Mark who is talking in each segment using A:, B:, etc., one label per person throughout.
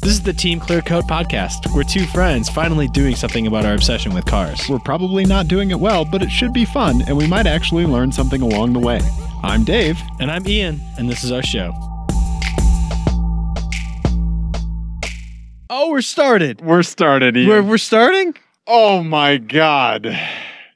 A: This is the Team Clear Coat podcast. We're two friends finally doing something about our obsession with cars.
B: We're probably not doing it well, but it should be fun, and we might actually learn something along the way. I'm Dave.
A: And I'm Ian, and this is our show. Oh, we're started.
B: We're started, Ian.
A: We're, we're starting?
B: oh my God.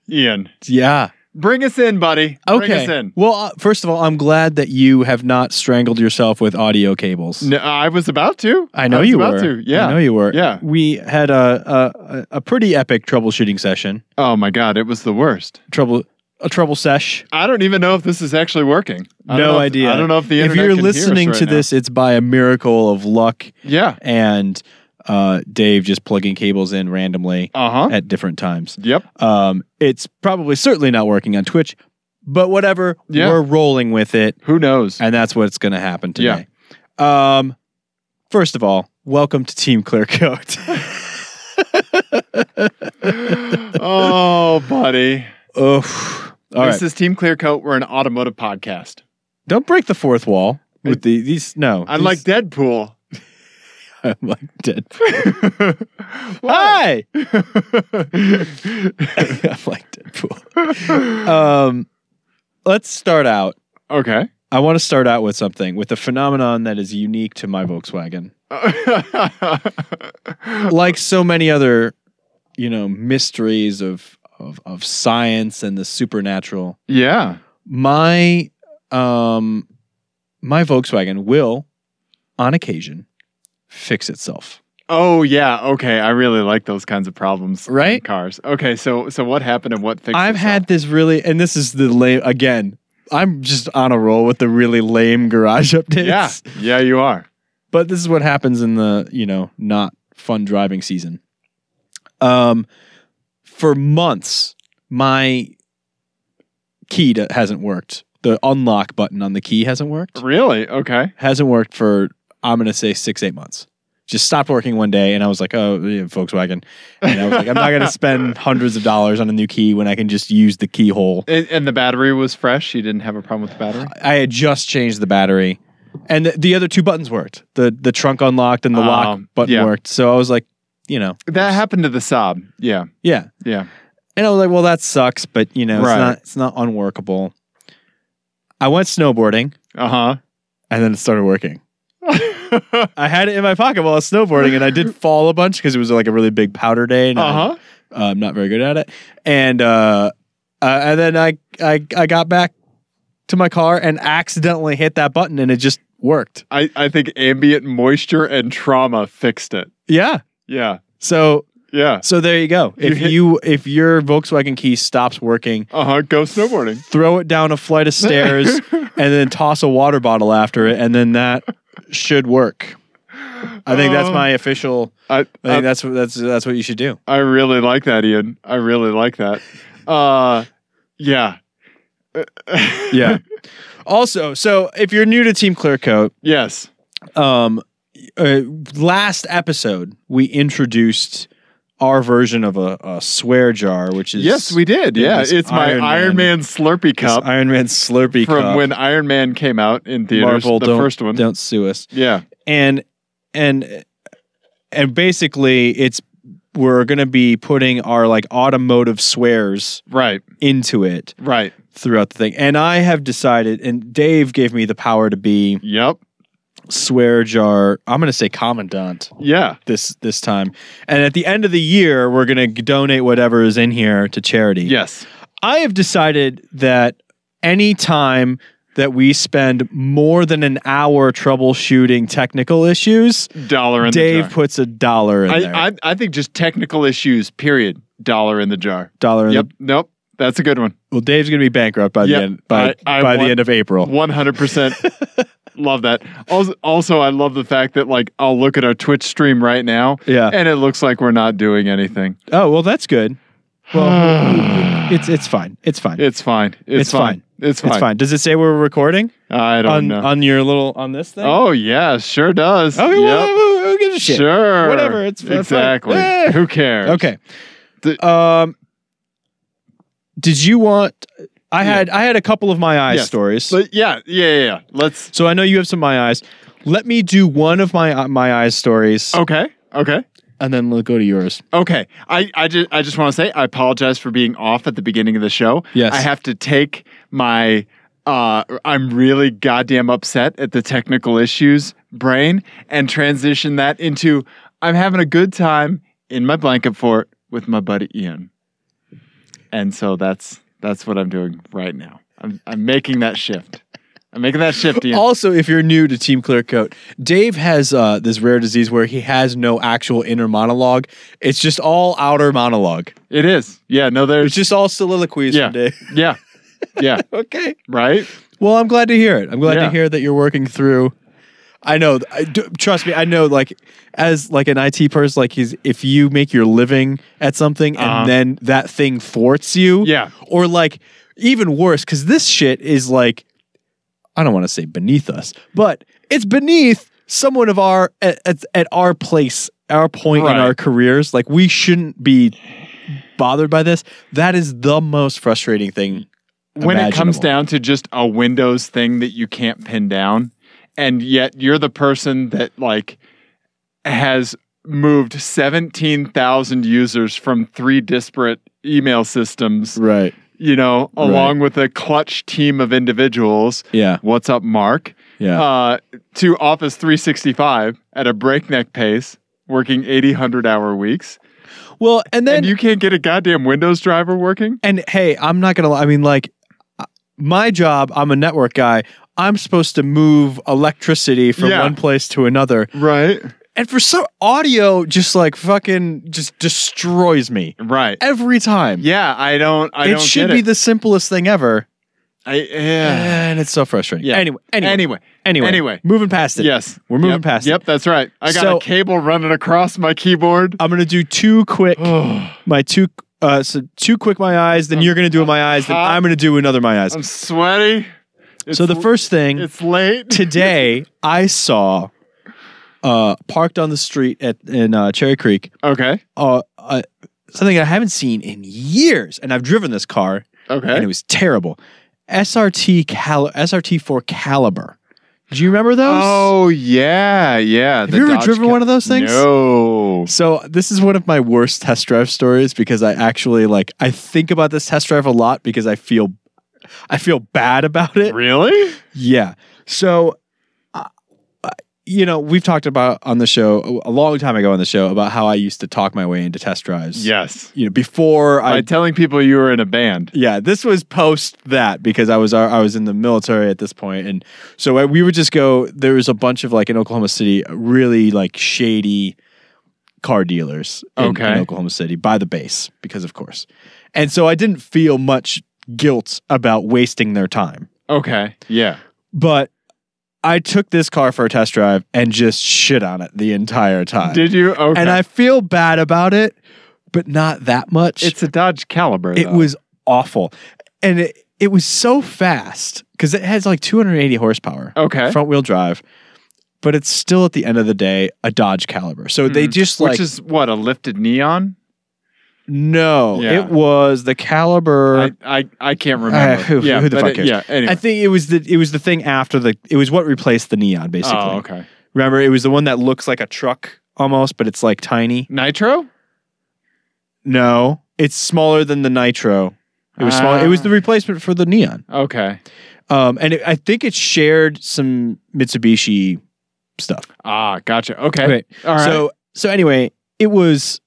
B: Ian,
A: Yeah.
B: bring us in, buddy.
A: Okay.
B: Bring us in.
A: Well, uh, first of all, I'm glad that you have not strangled yourself with audio cables.
B: No, I was about to.
A: I know
B: was
A: you
B: about
A: were.
B: To. Yeah.
A: I know you were.
B: Yeah.
A: We had a, a a pretty epic troubleshooting session.
B: Oh my God, it was the worst.
A: Trouble a trouble sesh.
B: I don't even know if this is actually working. I don't
A: no
B: know if-
A: idea.
B: I don't know if the
A: If
B: internet
A: you're
B: can hear us
A: listening
B: right
A: to
B: now.
A: this, it's by a miracle of luck
B: Yeah.
A: and uh, Dave just plugging cables in randomly
B: Uh huh.
A: at different times.
B: Yep.
A: Um, it's probably certainly not working on Twitch, but whatever.
B: Yeah.
A: We're rolling with it,
B: Who knows?
A: and that's what's going to happen
B: Yeah.
A: today. Um, first of all, welcome to Team Clear Coat.
B: oh, buddy.
A: Oof. All right.
B: this is Team Clear Coat. We're an automotive podcast.
A: Don't break the fourth wall with the these. No,
B: I like Deadpool.
A: i like dead.
B: Why?
A: Hi. I like Deadpool. Um, let's start out.
B: okay.
A: I want to start out with something with a phenomenon that is unique to my Volkswagen, like so many other, you know, mysteries of of, of science and the supernatural.
B: yeah.
A: My um, my Volkswagen will, on occasion, fix itself.
B: Oh yeah. Okay. I really like those kinds of problems. in
A: Right?
B: Cars. Okay. So so what happened and what fixed?
A: I've
B: itself?
A: had this really, and this is the lame again. I'm just on a roll with the really lame garage updates.
B: Yeah. Yeah. You are.
A: but this is what happens in the you know not fun driving season um for months my key to, hasn't worked the unlock button on the key hasn't worked
B: Really? Okay.
A: hasn't worked for i'm gonna say six eight months just stopped working one day and i was like oh yeah, volkswagen and i was like i'm not gonna spend hundreds of dollars on a new key when i can just use the keyhole
B: And, and the battery was fresh. You didn't have a problem with the battery.
A: i had just changed the battery and the, the other two buttons worked the the trunk unlocked and the lock
B: Um,
A: button
B: yeah.
A: worked so i was like you know
B: That happened to the Saab. Yeah.
A: yeah
B: Yeah.
A: And I was like, well, that sucks, but you know,
B: Right.
A: it's not it's not unworkable. I went snowboarding
B: Uh
A: and then it started working.
B: huh.
A: I had it in my pocket while I was snowboarding and I did fall a bunch because it was like a really big powder day and
B: uh huh.
A: I, am not very good at it. And uh, uh and then I, I I got back to my car and accidentally hit that button and it just worked.
B: I I think ambient moisture and trauma fixed it.
A: Yeah.
B: Yeah.
A: So
B: Yeah.
A: so there you go.
B: You
A: if
B: hit-
A: you if your Volkswagen key stops working
B: Uh huh. Go snowboarding.
A: throw it down a flight of stairs and then toss a water bottle after it and then that should work i think that's
B: Oh. Uh,
A: my official
B: I
A: i think
B: I,
A: that's that's that's what you should do
B: I really like that, Ian. I really like that. Uh, yeah.
A: yeah also so if you're new to team clearcoat
B: yes.
A: um uh, last episode we introduced our version of a, a swear jar which is
B: Yes, we did.
A: it
B: Yeah,
A: was
B: it's my
A: Iron
B: Iron,
A: Man-
B: Man Slurpee
A: this
B: cup
A: iron man slurpee
B: from
A: cup.
B: when Iron Man came out in theaters,
A: Marvel,
B: the
A: don't-
B: first one.
A: don't sue us
B: Yeah.
A: and and and basically it's we're going to be putting our like automotive swears
B: Right.
A: into it
B: Right.
A: throughout the thing and i have decided and dave gave me the power to be
B: Yep.
A: swear jar i'm going to say commandant
B: Yeah.
A: this this time and at the end of the year we're going to donate whatever is in here to charity
B: Yes.
A: i have decided that any time that we spend more than an hour troubleshooting technical issues
B: Dollar in
A: Dave
B: the jar.
A: puts a dollar in there.
B: I, I I think just technical issues. Period. Dollar in the jar.
A: dollar. In
B: Yep.
A: the,
B: Nope. That's a good one.
A: well, Dave's gonna be bankrupt by
B: Yep,
A: the end by,
B: I- I
A: by the
B: want-
A: end of April.
B: One hundred percent. Love that. Also, also, I love the fact that like I'll look at our Twitch stream right now,
A: Yeah.
B: and it looks like we're not doing anything.
A: Oh well, that's good. Well, it's it's fine. It's fine.
B: It's fine. It's,
A: It's
B: fine.
A: fine.
B: It's fine.
A: It's fine. Does it say we're recording
B: I don't
A: on
B: know.
A: on your little on this thing?
B: oh yeah, sure does.
A: okay. Well,
B: Yep.
A: well, who gives a shit?
B: Sure.
A: Whatever, it's- it's fine.
B: exactly.
A: Eh.
B: Who cares?
A: Okay.
B: The-
A: um, did you want? I
B: Yeah.
A: had I had a couple of my eyes
B: Yes.
A: stories.
B: But yeah, yeah, yeah. yeah. Let's.
A: so I know you have some my eyes. Let me do one of my my eyes stories,
B: Okay. Okay.
A: and then let's go to yours.
B: Okay. I, I just I just want to say I apologize for being off at the beginning of the show.
A: Yes.
B: I have to take my uh I'm really goddamn upset at the technical issues brain and transition that into I'm having a good time in my blanket fort with my buddy Ian. And so that's that's what I'm doing right now. I'm I'm making that shift. I'm making that shift, Ian.
A: Also, if you're new to Team Clear Coat, Dave has uh, this rare disease where he has no actual inner monologue. It's just all outer monologue.
B: it is. Yeah, no
A: It's
B: there's
A: just all soliloquies
B: Yeah.
A: from Dave.
B: yeah. Yeah,
A: okay.
B: right?
A: Well, I'm glad to hear it. I'm glad to
B: Yeah.
A: hear that you're working through. I know. I do- trust me. I know. Like, as like an IT person, like he's if you make your living at something and
B: Uh-huh.
A: then that thing thwarts you,
B: Yeah.
A: or like even worse, because this shit is like, I don't want to say beneath us, but it's beneath someone of our at at, at our place, our point
B: Right.
A: in our careers. Like, we shouldn't be bothered by this. That is the most frustrating thing.
B: when it comes
A: imaginable.
B: down to just a Windows thing that you can't pin down, and yet you're the person that like has moved 17,000 users from three disparate email systems,
A: Right.
B: you know,
A: Right.
B: along with a clutch team of individuals.
A: Yeah.
B: What's up, Mark?
A: Yeah.
B: Uh, to Office 365 at a breakneck pace, working 80, 100 hour weeks.
A: Well, and then
B: and you can't get a goddamn Windows driver working?
A: and hey, I'm not gonna. lie. I mean, like, uh, my job. I'm a network guy. I'm supposed to move electricity from
B: Yeah.
A: one place to another,
B: Right.
A: and for some audio, just like fucking, just destroys me
B: Right.
A: every time.
B: Yeah, I don't. I
A: it
B: don't
A: should
B: get
A: be
B: it.
A: the simplest thing ever,
B: I, yeah.
A: and it's so frustrating.
B: Yeah.
A: Anyway, anyway, anyway, anyway,
B: Anyway, anyway.
A: moving past it.
B: yes,
A: we're moving
B: Yep,
A: past
B: Yep, that's right. I got
A: So-
B: a cable running across my keyboard.
A: it. I'm gonna do two quick.
B: Oh,
A: My two. Uh, so two quick my eyes. Then you're gonna do my eyes. Then
B: hot.
A: I'm gonna do another my eyes.
B: I'm sweaty. It's,
A: so the first thing
B: it's late.
A: today I saw uh, parked on the street at in uh, Cherry Creek
B: okay.
A: uh, uh, something I haven't seen in years, and I've driven this car and it
B: Okay.
A: was terrible. SRT Cal SRT four Caliber. Do you remember those?
B: Oh yeah, yeah.
A: Have you ever driven one of those things?
B: No.
A: So this is one of my worst test drive stories because I actually like I think about this test drive a lot because I feel I feel bad about it.
B: Really?
A: Yeah. So, uh, uh, you know, we've talked about on the show a long time ago on the show about how I used to talk my way into test drives.
B: Yes.
A: You know, before I.
B: By telling people you were in a band.
A: yeah, this was post that because I was I was in the military at this point, and so I, we would just go. There was a bunch of like in Oklahoma City, really like shady car dealers in, in
B: Okay.
A: Oklahoma City by the base because of course, and so I didn't feel much guilt about wasting their time
B: Okay. Yeah.
A: but I took this car for a test drive and just shit on it the entire time.
B: Did you? Okay.
A: Uh, And I feel bad about it, but not that much.
B: it's a Dodge Caliber.
A: it
B: though.
A: was awful. And it, it was so fast because it has like 280 horsepower,
B: okay.
A: front wheel drive, but it's still at the end of the day a Dodge Caliber. So they
B: Mhm.
A: just
B: Which
A: like,
B: is what a lifted neon.
A: no,
B: Yeah.
A: it was the Caliber.
B: I, I, I can't remember.
A: Uh, who-
B: yeah,
A: who the
B: but
A: fuck
B: it-
A: cares?
B: Yeah. Anyway.
A: I think it was the it was the thing after the it was what replaced the neon basically.
B: Oh, okay.
A: Remember, it was the one that looks like a truck almost, but it's like tiny.
B: Nitro?
A: No, it's smaller than the Nitro. It was smaller. It was
B: Ah.
A: the replacement for the Neon.
B: Okay.
A: Um, and it, I think it shared some Mitsubishi stuff.
B: Ah, gotcha. Okay.
A: Right.
B: All right.
A: So so anyway, it was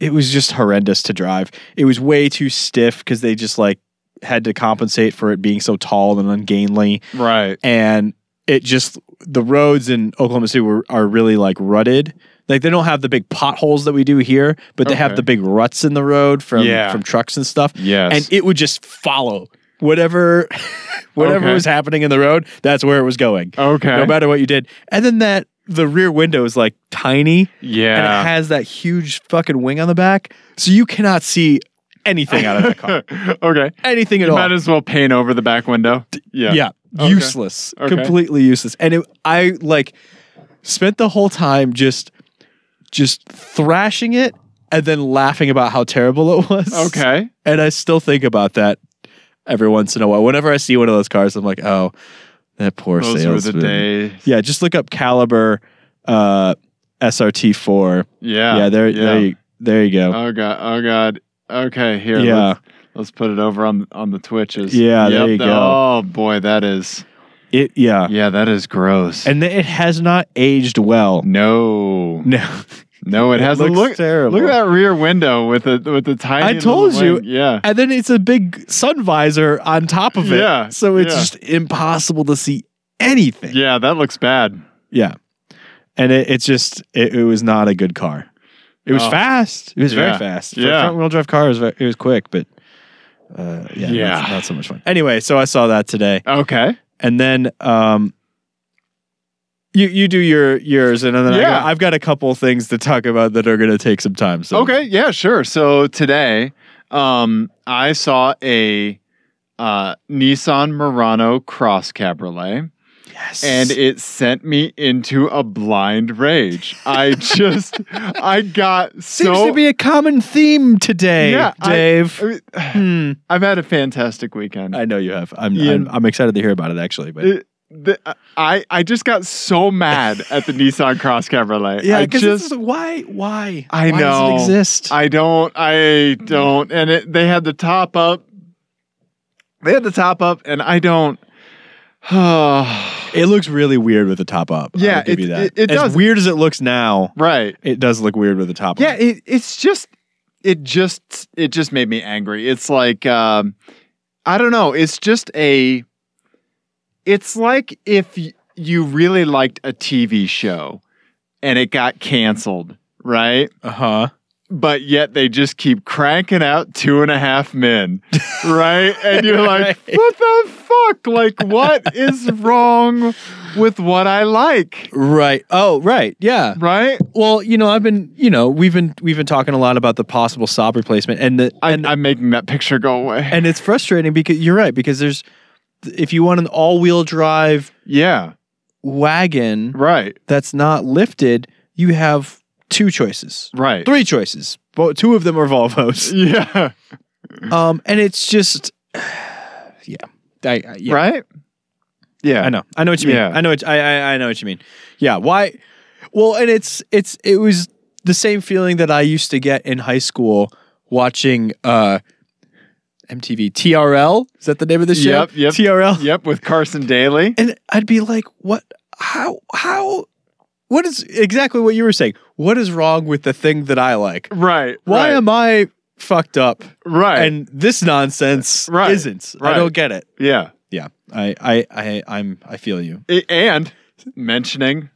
A: it was just horrendous to drive. It was way too stiff because they just like had to compensate for it being so tall and ungainly,
B: right.
A: and it just the roads in Oklahoma City were are really like rutted. Like they don't have the big potholes that we do here, but they have
B: Okay.
A: the big ruts in the road from
B: Yeah.
A: from trucks and stuff.
B: Yes.
A: and it would just follow whatever whatever
B: Okay.
A: was happening in the road that's where it was going
B: okay.
A: no matter what you did and then that the rear window is like tiny and it
B: yeah.
A: has that huge fucking wing on the back so you cannot see anything out of that car
B: okay.
A: anything at
B: You
A: all
B: might as well paint over the back window. Yeah.
A: yeah,
B: Okay.
A: useless
B: Okay.
A: completely useless and it, i like spent the whole time just just thrashing it and then laughing about how terrible it was
B: Okay.
A: And I still think about that every once in a while. Whenever I see one of those cars, I'm like, oh, That poor
B: Those were the
A: salesman.
B: days.
A: Yeah, just look up Caliber uh, SRT4.
B: Yeah.
A: Yeah, there, there, you, there you go.
B: Oh god. Oh god. Okay, here.
A: Yeah.
B: Let's, let's put it over on on the Twitches.
A: Yeah, there you go.
B: Oh boy, that is.
A: It, yeah,
B: Yeah, that is gross.
A: and th- it has not aged well.
B: no.
A: No,
B: No, it hasn't.
A: looks
B: Look,
A: terrible.
B: look at that rear window with the with the tiny.
A: I
B: little
A: told you.
B: wing. Yeah.
A: and then it's a big sun visor on top of it.
B: Yeah,
A: so it's
B: yeah.
A: just impossible to see anything.
B: Yeah, that looks bad.
A: Yeah. And it, it's just, it, it was not a good car. It was
B: Oh.
A: fast. It was very
B: Yeah.
A: fast.
B: Yeah.
A: Front wheel drive car, it was, ve- it was quick, but uh, yeah, not-
B: Yeah.
A: Not, so much fun. Anyway, so I saw that today.
B: Okay.
A: And then, um, you, you do your yours and then I
B: Yeah.
A: got, I've got a couple things to talk about that are going to take some time. So
B: Okay. Yeah. Sure. So today, um, I saw a uh, Nissan Murano Cross Cabriolet.
A: yes,
B: and it sent me into a blind rage. I just, I got
A: seems
B: so.
A: to be a common theme today,
B: Yeah, I-
A: Dave.
B: I mean,
A: Hmm.
B: I've had a fantastic weekend.
A: I know you have. I'm,
B: Yeah.
A: I'm I'm excited to hear about it actually, but
B: It- the- I I just got so mad at the Nissan Cross Cabriolet.
A: yeah,
B: I
A: because
B: just
A: why why
B: I
A: why does
B: know.
A: it exist?
B: I don't I don't and it, they had the top up. They had the top up and I don't.
A: It looks really weird with the top up.
B: Yeah,
A: I'll give
B: it-
A: you that.
B: it- it
A: as
B: does.
A: weird as it looks now,
B: right.
A: it does look weird with the top
B: yeah
A: up.
B: it, it's just it just it just made me angry it's like um i don't know it's just a it's like if y- you really liked a tv show and it got canceled right
A: Uh huh.
B: but yet they just keep cranking out two and a half men right and you're like
A: Right.
B: what the fuck like what is wrong with what i like
A: Right. Oh, right. Yeah.
B: right
A: Well, you know, I've been, you know, we've been we've been talking a lot about the possible sob replacement, and the
B: I,
A: and
B: i'm making that picture go away
A: and it's frustrating because you're right because there's if you want an all wheel drive
B: yeah
A: wagon
B: right
A: that's not lifted, you have two choices,
B: right
A: three choices. But two of them are Volvos.
B: Yeah.
A: Um, and it's just, yeah, I, I yeah.
B: Right? Yeah.
A: I know. I know what you mean.
B: Yeah.
A: I know what I, I I know what you mean. Yeah. Why? Well, and it's it's it was the same feeling that I used to get in high school watching uh MTV TRL. Is that the name of the show?
B: Yep, yep.
A: TRL.
B: Yep, with Carson Daly.
A: And I'd be like, what? How? How? What is exactly what you were saying? What is wrong with the thing that I like?
B: Right.
A: Why
B: right,
A: am I fucked up?
B: right?
A: And this nonsense
B: Right,
A: isn't. I
B: right.
A: don't get it.
B: yeah.
A: Yeah, I, I, I, I'm, I feel you.
B: I- and mentioning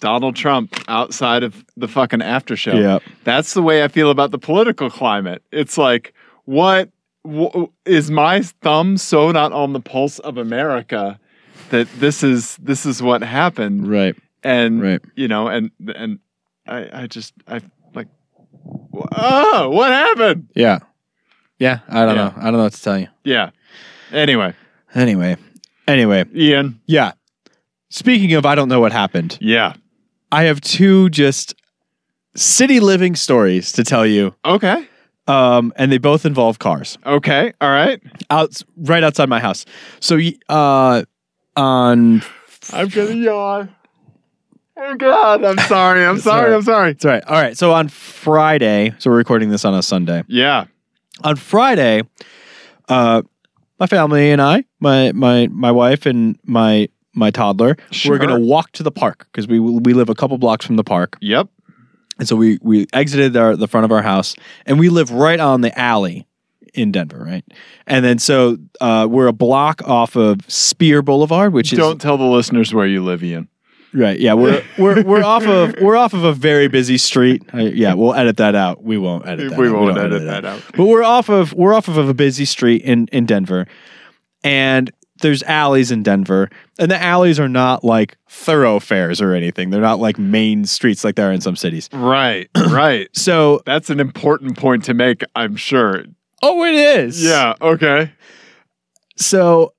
B: Donald Trump outside of the fucking after show. That's the way I feel about the political climate. It's like, what wh- is my thumb so not on the pulse of America that this is this is what happened?
A: right,
B: and
A: Right.
B: you know and and I I just I like wh- oh what happened
A: yeah, yeah. I don't
B: Yeah.
A: know. I don't know what to tell you.
B: yeah anyway
A: Anyway, anyway,
B: Ian
A: yeah. Speaking of, I don't know what happened.
B: yeah
A: I have two just city living stories to tell you,
B: okay
A: um, and they both involve cars.
B: okay all right
A: Out right outside my house. So, y- uh, on
B: I'm gonna yawn oh God I'm sorry I'm
A: It's
B: sorry
A: all right.
B: I'm sorry
A: it's all right. All right. So on Friday, so we're recording this on a Sunday.
B: yeah
A: on Friday, uh, my family and I, my my my wife and my my toddler,
B: Sure.
A: we're gonna walk to the park because we we live a couple blocks from the park,
B: yep
A: and so we we exited our, the front of our house, and we live right on the alley in Denver, right? And then so uh, we're a block off of Spear Boulevard, which is
B: don't tell the listeners where you live Ian
A: Right. Yeah, we're we're we're off of we're off of a very busy street. I, yeah, we'll edit that out. We won't edit that.
B: we
A: out.
B: won't
A: don't
B: edit that out
A: but we're off of we're off of a busy street in in Denver, and there's alleys in Denver, and the alleys are not like thoroughfares or anything. They're not like main streets like they are in some cities.
B: right right
A: So,
B: that's an important point to make I'm sure
A: oh, it is.
B: yeah okay
A: So,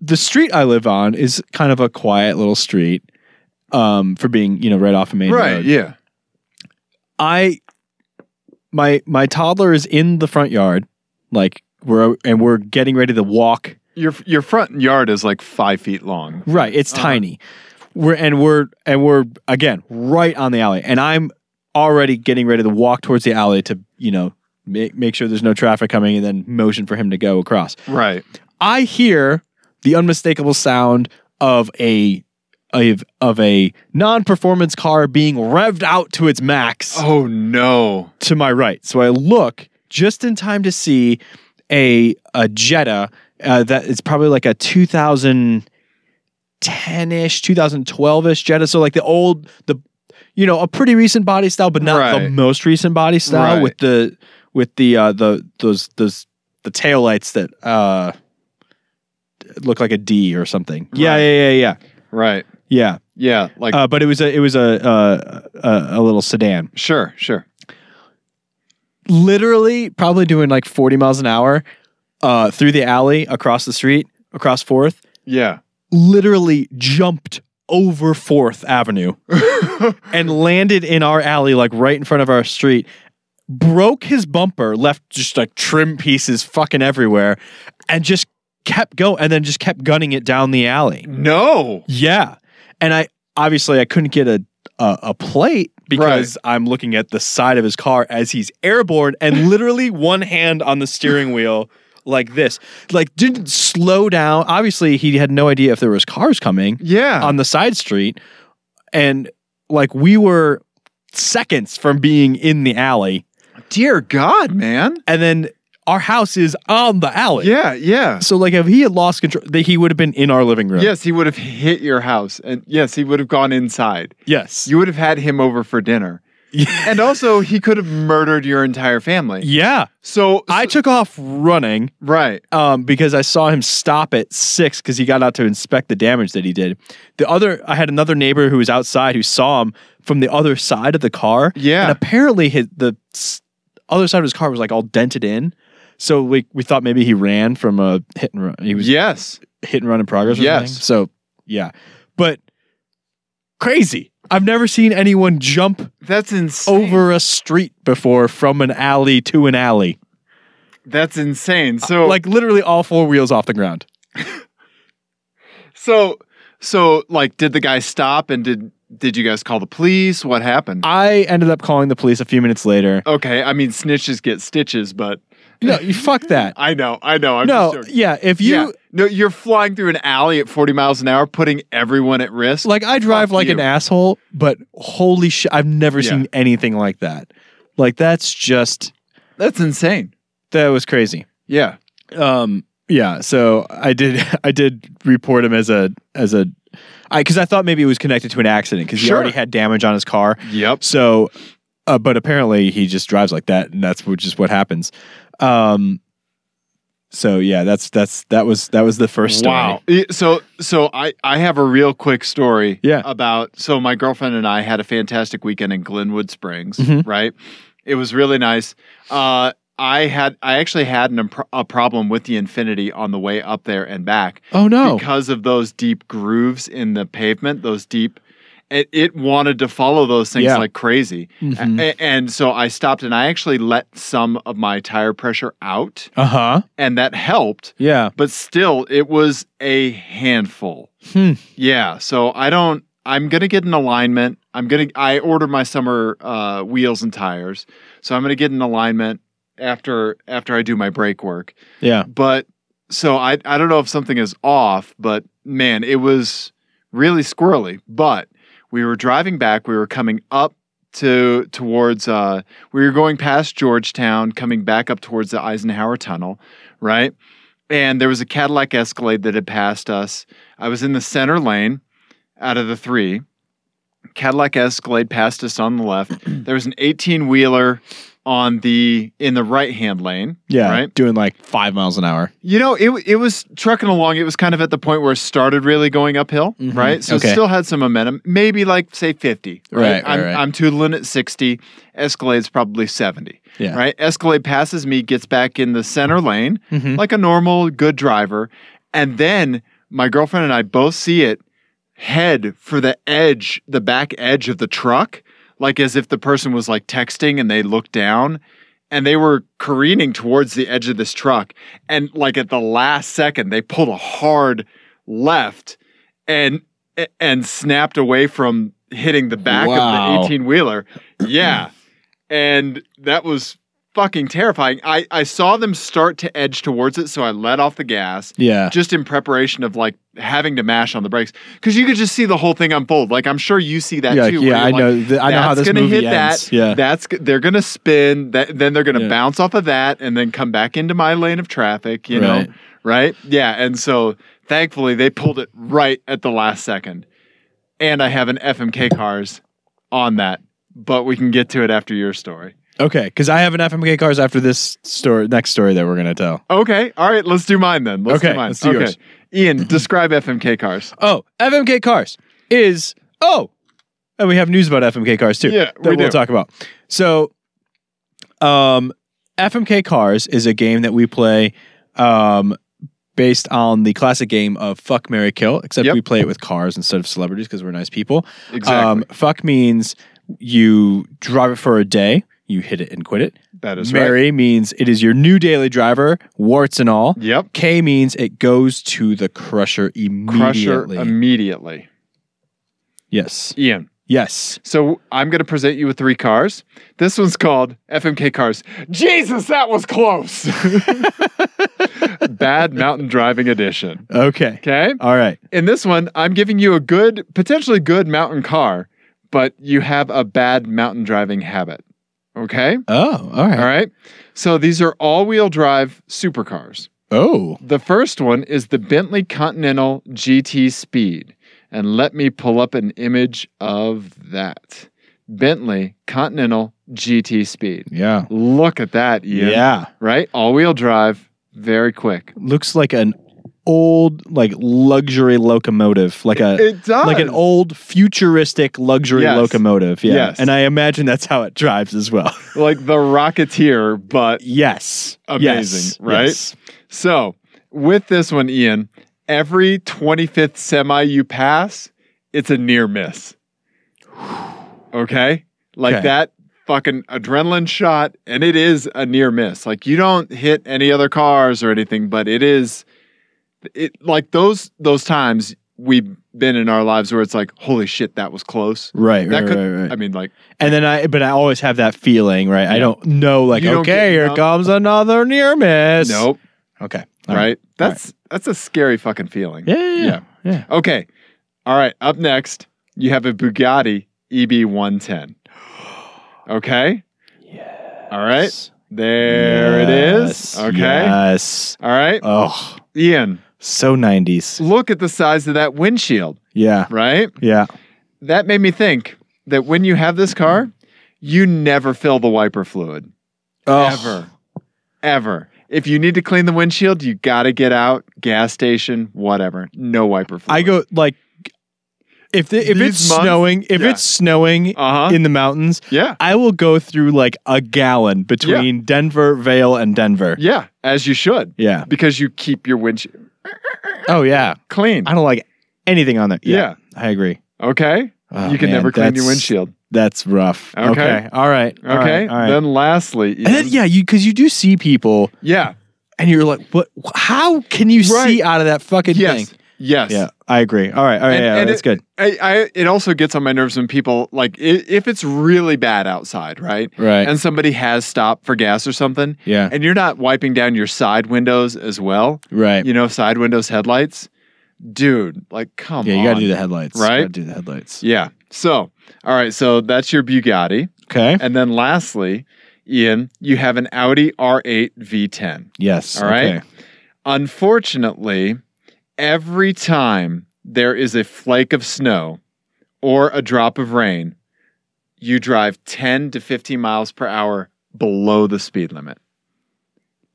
A: the street I live on is kind of a quiet little street, um, for being you know right off a main road.
B: yeah
A: I my my toddler is in the front yard, like we're and we're getting ready to walk
B: your your front yard is like five feet long.
A: Right. It's tiny. We're and we're and we're again right on the alley, and I'm already getting ready to walk towards the alley to you know make make sure there's no traffic coming, and then motion for him to go across.
B: Right.
A: I hear the unmistakable sound of a of, of a non-performance car being revved out to its max
B: Oh no.
A: to my right. So I look just in time to see a a Jetta uh, that is probably like a 2010 ish, 2012 ish Jetta. So like the old, the you know, a pretty recent body style, but not the
B: Right.
A: most recent body style
B: Right.
A: with the with the uh, the those those the taillights that uh, look like a D or something. Yeah,
B: Right.
A: yeah, yeah, yeah,
B: Right.
A: yeah.
B: Yeah. Like
A: Uh, but it was a it was a uh, a, a little sedan.
B: sure. Sure.
A: literally probably doing like 40 miles an hour uh, through the alley, across the street, across 4th,
B: Yeah.
A: literally jumped over 4th Avenue and landed in our alley, like right in front of our street. Broke his bumper, left just like trim pieces fucking everywhere, and just kept going and then just kept gunning it down the alley.
B: no.
A: Yeah. And I obviously I couldn't get a a, a plate because I'm looking at the side of his car as he's airborne and literally one hand on the steering wheel like this. Like didn't slow down. Obviously he had no idea if there was cars coming
B: Yeah.
A: on the side street and like we were seconds from being in the alley
B: Dear God, man.
A: and then our house is on the alley.
B: Yeah. Yeah.
A: So like if he had lost control, that he would have been in our living room.
B: Yes, he would have hit your house, and yes, he would have gone inside.
A: Yes.
B: You would have had him over for dinner, and also he could have murdered your entire family.
A: yeah.
B: So
A: I took off running
B: right.
A: um, because I saw him stop at six because he got out to inspect the damage that he did. The other, I had another neighbor who was outside who saw him from the other side of the car.
B: Yeah.
A: and apparently his, the s- other side of his car was like all dented in. So we we thought maybe he ran from a hit and run. He was
B: Yes.
A: hit and run in progress. Or
B: Yes.
A: something. So yeah, but crazy. I've never seen anyone jump
B: That's insane.
A: over a street before from an alley to an alley.
B: That's insane. So
A: Uh, like literally all four wheels off the ground.
B: so so like did the guy stop and did did you guys call the police? What happened?
A: I ended up calling the police a few minutes later.
B: okay, I mean snitches get stitches, but
A: No, you fuck that.
B: I know, I know. I'm
A: no,
B: just joking.
A: yeah, if you
B: yeah. no, you're flying through an alley at 40 miles an hour, putting everyone at risk.
A: like I drive
B: Fuck
A: like an
B: you.
A: asshole, but holy shit, I've never
B: Yeah.
A: seen anything like that. Like that's just
B: That's insane.
A: that was crazy.
B: Yeah.
A: Um yeah, so I did I did report him as a as a I cuz I thought maybe it was connected to an accident cuz he
B: Sure.
A: already had damage on his car.
B: Yep.
A: So, uh, but apparently he just drives like that, and that's what, just what happens. Um, so yeah, that's that's that was that was the first story.
B: Wow. Y- So so I I have a real quick story
A: Yeah.
B: about so my girlfriend and I had a fantastic weekend in Glenwood Springs,
A: Mhm.
B: right? It was really nice. Uh I had I actually had an, impro- a problem with the Infinity on the way up there and back
A: Oh no!
B: because uh, of those deep grooves in the pavement, those deep it, it wanted to follow those things
A: Yeah.
B: like crazy.
A: Mhm.
B: A- and so I stopped and I actually let some of my tire pressure out
A: Uh huh.
B: and that helped
A: Yeah.
B: but still it was a handful
A: Hmm.
B: yeah so i don't i'm gonna get an alignment i'm gonna i ordered my summer uh, wheels and tires so i'm gonna get an alignment after after i do my brake work
A: Yeah.
B: but so i i don't know if something is off but man it was really squirrely but we were driving back we were coming up to towards uh we were going past georgetown coming back up towards the eisenhower tunnel right and there was a cadillac escalade that had passed us i was in the center lane out of the three cadillac escalade passed us on the left there was an 18 wheeler on the in the right hand lane
A: Yeah.
B: right
A: Doing like five miles an hour.
B: you know, it it was trucking along. It was kind of at the point where it started really going uphill,
A: Mhm.
B: right? So
A: Okay.
B: it still had some momentum. Maybe like say fifty.
A: Right, right,
B: I'm
A: right.
B: I'm tootling at sixty. Escalade's probably seventy.
A: Yeah.
B: Right. Escalade passes me, gets back in the center lane
A: Mhm.
B: like a normal good driver, and then my girlfriend and I both see it head for the edge, the back edge of the truck, like as if the person was like texting and they looked down, and they were careening towards the edge of this truck. And like at the last second, they pulled a hard left and and snapped away from hitting the back
A: Wow.
B: of the 18 wheeler. Yeah. and that was fucking terrifying. I, I saw them start to edge towards it, so I let off the gas
A: Yeah.
B: just in preparation of like having to mash on the brakes because you could just see the whole thing unfold. Like I'm sure you see that
A: yeah,
B: too. where
A: yeah,
B: you're
A: I
B: like,
A: know. th- I know how
B: "That's
A: this
B: gonna
A: movie
B: hit
A: ends.
B: that.
A: Yeah.
B: That's g- they're gonna spin. That then they're gonna
A: Yeah.
B: bounce off of that and then come back into my lane of traffic. You
A: Right.
B: know, right? Yeah, and so thankfully they pulled it right at the last second, and I have an FMK cars on that, but we can get to it after your story.
A: Okay, because I have an FMK cars after this story, next story that we're gonna tell.
B: Okay, all right, let's do mine then. Let's
A: Okay,
B: do mine.
A: let's do
B: okay,
A: yours.
B: Ian, describe FMK cars.
A: Oh, FMK cars is oh, and we have news about FMK cars too.
B: Yeah,
A: that will
B: we do.
A: talk about. So, um, FMK cars is a game that we play, um, based on the classic game of Fuck Mary Kill, except
B: Yep.
A: we play it with cars instead of celebrities because we're nice people. Um,
B: Exactly.
A: fuck means you drive it for a day, you hit it and quit it.
B: that is right.
A: Mary means it is your new daily driver, warts and all.
B: Yep.
A: K means it goes to the crusher immediately.
B: Crusher immediately.
A: yes.
B: Ian.
A: Yes.
B: So I'm going to present you with three cars. This one's called FMK Cars. Jesus, that was close. Bad Mountain Driving Edition.
A: Okay.
B: Okay.
A: All right.
B: In this one, I'm giving you a good, potentially good mountain car, but you have a bad mountain driving habit. Okay.
A: Oh, all right.
B: All right. So these are all wheel drive supercars.
A: Oh.
B: The first one is the Bentley Continental GT Speed. And let me pull up an image of that. Bentley Continental GT Speed.
A: Yeah.
B: Look at that, Ian. Right? All wheel drive, very quick.
A: Looks like an old like luxury locomotive, like a
B: It does.
A: like an old futuristic luxury
B: Yes.
A: locomotive. Yeah.
B: Yes.
A: And I imagine that's how it drives as well.
B: Like the Rocketeer, but
A: yes.
B: Amazing,
A: Yes.
B: right?
A: Yes.
B: so with this one, Ian, every 25th semi you pass, it's a near miss. Okay? Like
A: Okay.
B: that fucking adrenaline shot, and it is a near miss. Like you don't hit any other cars or anything, but it is it like those those times we've been in our lives where it's like, holy shit, that was close.
A: Right,
B: That
A: right,
B: could-
A: right, right.
B: I mean, like
A: And then I, but I always have that feeling, right? I
B: Yeah.
A: don't know, like,
B: You don't
A: okay,
B: get-
A: here
B: no.
A: comes another near miss.
B: nope,
A: Okay. All
B: right? That's that's a scary fucking feeling.
A: Yeah. Yeah. yeah. yeah.
B: Okay. All right. Up next, you have a Bugatti E EB110. Okay.
A: yeah.
B: All right. There it is. Okay.
A: Yes.
B: All right.
A: Oh,
B: Ian,
A: so 90s.
B: look at the size of that windshield,
A: Yeah.
B: right?
A: Yeah.
B: That made me think that when you have this car, you never fill the wiper fluid.
A: Oh.
B: Ever. Ever. If you need to clean the windshield, you got to get out, gas station, whatever. No wiper fluid.
A: I go, like, if, the, if
B: These
A: it's
B: months?
A: snowing, if
B: Yeah.
A: it's snowing
B: Uh huh.
A: in the mountains,
B: Yeah.
A: I will go through like a gallon between Denver, Vale, and Denver.
B: Yeah. As you should,
A: Yeah.
B: because you keep your windshield
A: Oh, yeah.
B: clean.
A: I don't like anything on there.
B: Yeah.
A: I agree.
B: Okay.
A: Oh,
B: you can
A: man,
B: never clean your
A: that's-
B: windshield.
A: That's rough.
B: Okay.
A: All right.
B: Okay.
A: All right. All right.
B: Then lastly, Ian-
A: and then, yeah, you because you do see people,
B: yeah,
A: and you're like, what? How can you
B: Right.
A: see out of that fucking
B: yes,
A: thing?
B: yes.
A: Yeah, I agree. All right. All right.
B: And-
A: yeah,
B: and
A: that's
B: it-
A: good.
B: I, I, it also gets on my nerves when people like i- if it's really bad outside, right?
A: Right.
B: And somebody has stopped for gas or something,
A: yeah.
B: and you're not wiping down your side windows as well.
A: Right.
B: You know, side windows, headlights, dude. Like, come
A: yeah.
B: on.
A: You got to do the headlights.
B: Right?
A: Gotta do the headlights.
B: Yeah. So, all right. So that's your Bugatti,
A: Okay.
B: and then lastly, Ian, you have an Audi R8 V10.
A: Yes.
B: All right.
A: Okay.
B: Unfortunately, every time there is a flake of snow or a drop of rain, you drive 10 to 15 miles per hour below the speed limit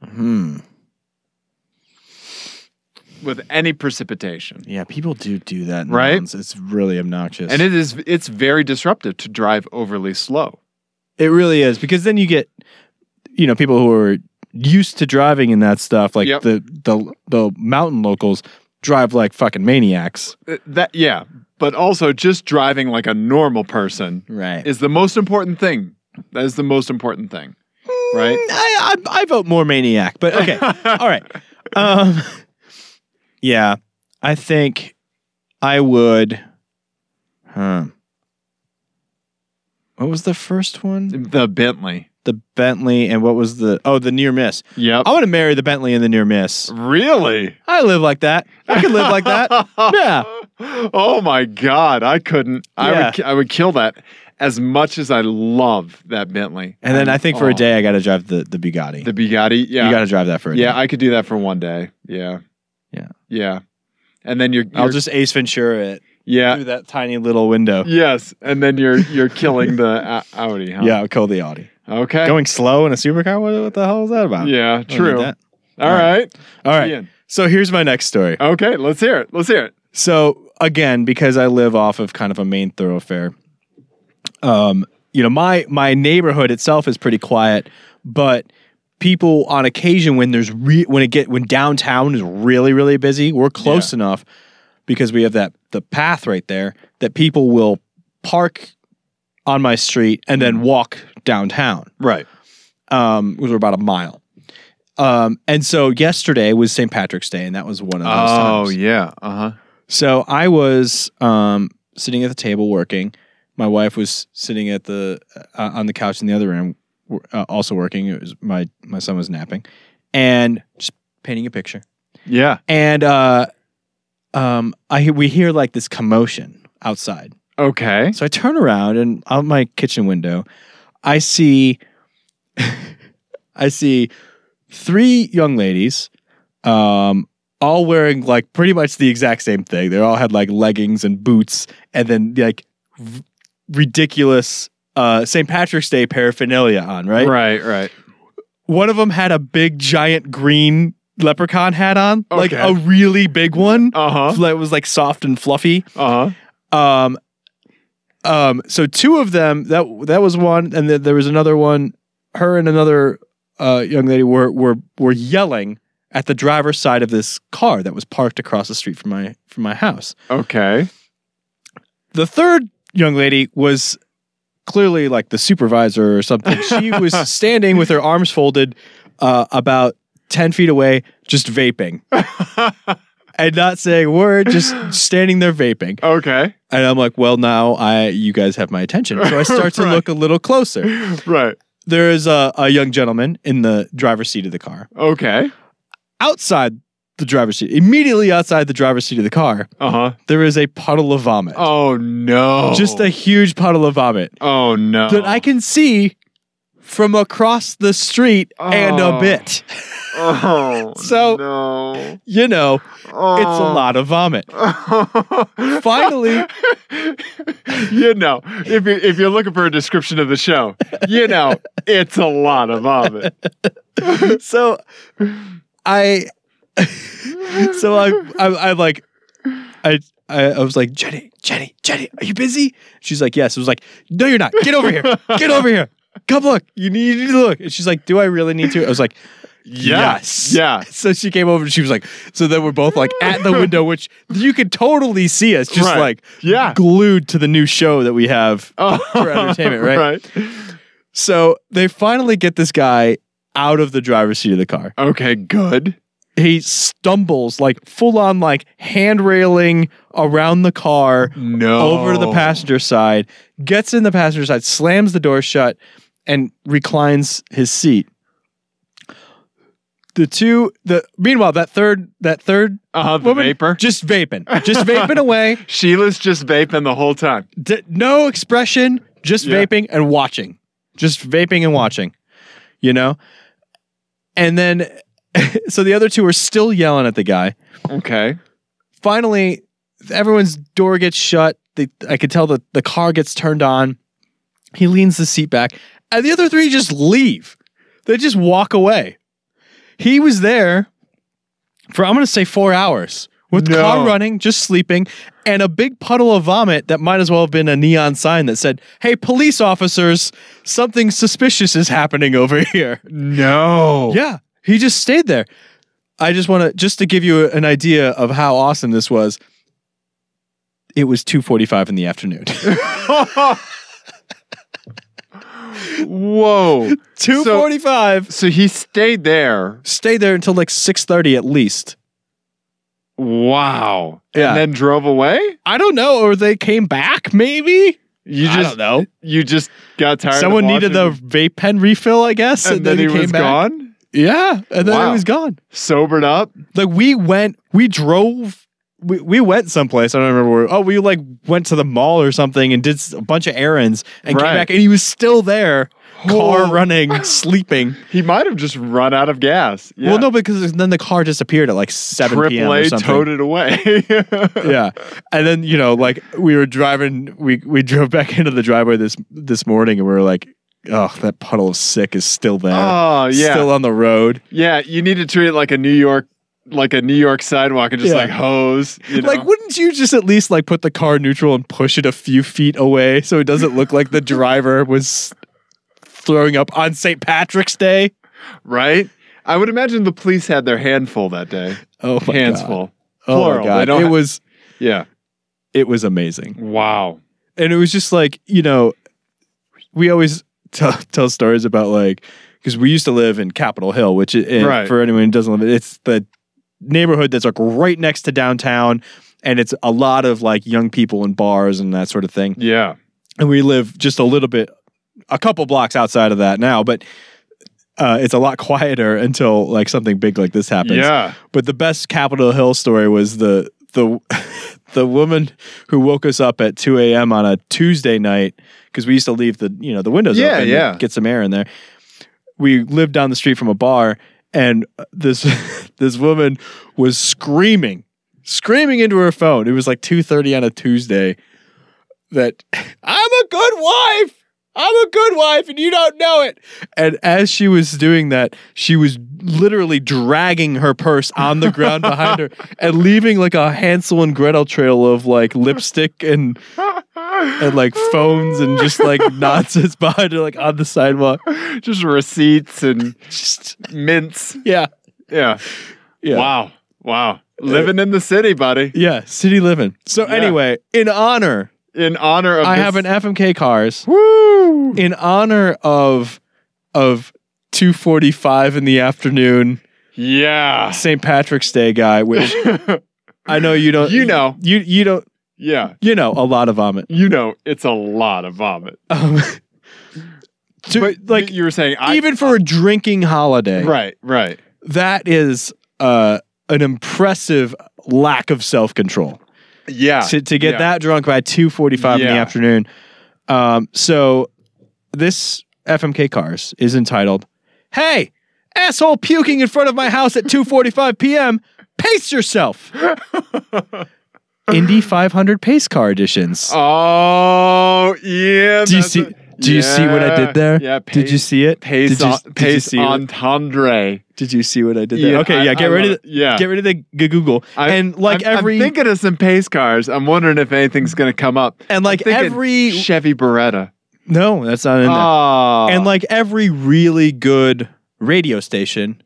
A: Hmm.
B: with any precipitation.
A: Yeah. People do do that. In the
B: Right?
A: mountains. It's really obnoxious.
B: And it is it's very disruptive to drive overly slow.
A: It really is because then you get, you know, people who are used to driving and that stuff, like
B: Yep.
A: the the the mountain locals drive like fucking maniacs.
B: Uh, That yeah, but also just driving like a normal person
A: Right.
B: is the most important thing. That is the most important thing. right?
A: mm, I, I, I vote more maniac, but okay. All right. Um, yeah, I think I would. Huh. What was the first one?
B: The Bentley.
A: The Bentley, and what was the oh the near miss?
B: Yep.
A: I want to marry the Bentley and the near miss.
B: Really?
A: I live like that. I could live like that. Yeah.
B: Oh my God, I couldn't. I
A: Yeah.
B: would. ki- I would kill that. As much as I love that Bentley,
A: And then I think for a
B: oh,
A: day I got to drive the the Bugatti.
B: the Bugatti. Yeah,
A: You got to drive that for a
B: yeah,
A: day.
B: I could do that for one day. Yeah,
A: Yeah.
B: yeah. And then you're,
A: I'll
B: you're-
A: just Ace Ventura it
B: yeah, Mm.
A: through that tiny little window.
B: yes. And then you're you're killing the uh, Audi. Huh?
A: Yeah, I'll call the Audi.
B: Okay.
A: Going slow in a supercar? What, what the hell is that about?
B: yeah.
A: I don't need
B: True.
A: that.
B: All right.
A: All right.
B: Ian.
A: So here's my next story.
B: Okay. Let's hear it. Let's hear it.
A: So again, because I live off of kind of a main thoroughfare, um, you know, my my neighborhood itself is pretty quiet, but people on occasion when there's re- when it get when downtown is really really busy, we're close enough because we have that the path right there that people will park on my street and then walk downtown
B: Mm-hmm. Right.
A: um, which were about a mile. Um, and so yesterday was St. Patrick's Day, and that was one of those
B: Oh
A: times.
B: yeah.
A: Uh-huh.
B: Uh huh.
A: So I was um, sitting at the table working. My wife was sitting at the uh, on the couch in the other room, w- uh, also working. It was my my son was napping, and just painting a picture.
B: Yeah.
A: And uh, um, I hear- we hear like this commotion outside.
B: Okay.
A: So I turn around and out my kitchen window, I see, I see three young ladies, um, all wearing like pretty much the exact same thing. They all had like leggings and boots, and then like v- ridiculous uh, St. Patrick's Day paraphernalia on. Right?
B: Right. Right.
A: One of them had a big giant green leprechaun hat on, like
B: Okay.
A: a really big one
B: Uh huh.
A: that was like soft and fluffy.
B: Uh huh.
A: Um, um, so two of them that that was one, and then there was another one. Her and another uh, young lady were were were yelling at the driver's side of this car that was parked across the street from my from my house.
B: Okay.
A: The third young lady was clearly like the supervisor or something. She was standing with her arms folded, uh, about ten feet away, just vaping and not saying a word, just standing there vaping.
B: okay.
A: And I'm like, well, now I you guys have my attention. So I start to
B: Right.
A: look a little closer.
B: Right.
A: There is a, a young gentleman in the driver's seat of the car.
B: Okay.
A: Outside the driver's seat, immediately outside the driver's seat of the car,
B: Uh huh.
A: there is a puddle of vomit.
B: Oh no.
A: Just a huge puddle of vomit
B: Oh no.
A: that I can see from across the street and a
B: Oh.
A: bit.
B: Oh.
A: So-
B: no.
A: You know, it's a
B: Oh.
A: lot of vomit. Finally,
B: you know, if you if you're looking for a description of the show, you know, it's a lot of vomit.
A: so I so I, I, I like, I, I, I was like, Jenny, Jenny, Jenny, are you busy? She's like, yes. I was like, no, you're not. Get over here. Get over here. Come look. You need you need to look. And she's like, do I really need to? I was like,
B: Yes.
A: yes.
B: Yeah.
A: So she came over and she was like, so then we're both like at the window, which you could totally see us just
B: Right.
A: like
B: Yeah.
A: glued to the new show that we have
B: Oh.
A: For entertainment, right?
B: Right.
A: so they finally get this guy out of the driver's seat of the car.
B: Okay. Good.
A: He stumbles like full on like hand railing around the car
B: No.
A: over to
B: Oh.
A: the passenger side, gets in the passenger side, slams the door shut, and reclines his seat. The two the meanwhile, that third that third
B: Uh, the
A: woman
B: vapor.
A: just vaping. Just vaping away.
B: Sheila's just vaping the whole time.
A: D- no expression, just
B: Yeah.
A: vaping and watching. Just vaping and watching, you know? And then, so the other two are still yelling at the guy.
B: Okay.
A: Finally, everyone's door gets shut. They, I could tell that the car gets turned on. He leans the seat back, and the other three just leave. They just walk away. He was there for, I'm going to say, four hours with the
B: No.
A: car running, just sleeping, and a big puddle of vomit that might as well have been a neon sign that said, Hey, police officers, something suspicious is happening over here.
B: No.
A: Yeah, he just stayed there. I just want to just to give you an idea of how awesome this was. It was 2:45 in the afternoon.
B: Whoa.
A: 245.
B: So he stayed there.
A: Stayed there until like 6:30 at least.
B: Wow.
A: Yeah.
B: And then drove away?
A: I don't know or they came back maybe?
B: You
A: I don't
B: just
A: know.
B: you just got tired. of
A: Someone needed the
B: watching
A: vape pen refill, I guess,
B: and, then,
A: he,
B: he
A: came
B: was
A: back.
B: gone?
A: Yeah, and then it
B: Wow.
A: was gone.
B: Sobered up?
A: Like we went, we drove, we, we went someplace. I don't remember where. Oh, we like went to the mall or something and did s- a bunch of errands and came
B: Right.
A: back, and he was still there,
B: Oh.
A: car running, sleeping.
B: He might have just run out of gas. Yeah.
A: Well, no, because then the car disappeared at like seven p.m.
B: Triple
A: or
B: A
A: something.
B: towed it away.
A: yeah, and then you know, like we were driving, we we drove back into the driveway this this morning, and we were like, oh, that puddle of sick is still there,
B: Oh yeah.
A: still on the road.
B: yeah. You need to treat it like a New York like a New York sidewalk and just
A: Yeah.
B: like hose. You know?
A: Like, wouldn't you just at least like put the car neutral and push it a few feet away so it doesn't look like the driver was throwing up on St. Patrick's Day?
B: right? I would imagine the police had their handful that day.
A: Oh my
B: Hands
A: god!
B: full.
A: Oh my
B: Plural. They
A: god!
B: don't
A: It
B: ha-
A: was
B: Yeah.
A: it was amazing,
B: Wow.
A: and it was just like you know, we always tell tell stories about like because we used to live in Capitol Hill, which i- and
B: Right.
A: for anyone who doesn't live, it, it's the neighborhood that's like right next to downtown, and it's a lot of like young people and bars and that sort of thing.
B: Yeah.
A: and we live just a little bit a couple blocks outside of that now but uh, it's a lot quieter until like something big like this happens
B: Yeah.
A: but the best capitol hill story was the the the woman who woke us up at 2 a.m on a tuesday night because we used to leave the you know the windows
B: Yeah,
A: open to
B: yeah.
A: get some air in there we lived down the street from a bar and uh, this this woman was screaming screaming into her phone it was like 2.30 on a tuesday that i'm a good wife i'm a good wife and you don't know it and as she was doing that she was literally dragging her purse on the ground behind her and leaving like a hansel and gretel trail of like lipstick and and like phones and just like nonsense behind her like on the sidewalk
B: just receipts and
A: just
B: mints.
A: yeah
B: Yeah.
A: yeah Uh,
B: Wow. Wow. Living in the city, buddy.
A: Yeah, city living. So
B: Yeah.
A: anyway, in honor,
B: In honor of
A: I
B: this-
A: have an FMK cars.
B: Woo!
A: In honor of of 2:45 in the afternoon,
B: Yeah.
A: St. Patrick's Day guy, which I know you don't.
B: You know.
A: you you don't.
B: yeah.
A: You know a lot of vomit.
B: You know, it's a lot of vomit.
A: Um, to-
B: but
A: like
B: like you were saying, I
A: even for a drinking holiday,
B: right, right.
A: that is uh, an impressive lack of self control.
B: Yeah.
A: to, to get
B: yeah.
A: that drunk by 2.45 in the
B: Yeah.
A: afternoon um, so this fmk cars is entitled hey asshole puking in front of my house at 2.45 p.m pace yourself indy 500 pace car editions
B: Oh yeah.
A: do you
B: that's
A: see
B: a-
A: do you see what i
B: yeah,
A: did there
B: Yeah.
A: did you see it
B: Pace
A: did you,
B: on,
A: did you
B: pace
A: see what-
B: entendre.
A: did you see what i did there okay
B: I-
A: yeah get
B: I
A: rid of
B: love
A: the,
B: it. yeah.
A: get rid of the g- google
B: I-
A: and like
B: I'm- I'm
A: every
B: thinking of some pace cars. I'm wondering if anything's gonna come up.
A: and like
B: thinking
A: every
B: Chevy Beretta.
A: no that's not in there
B: Oh,
A: uh, and like every really good radio station,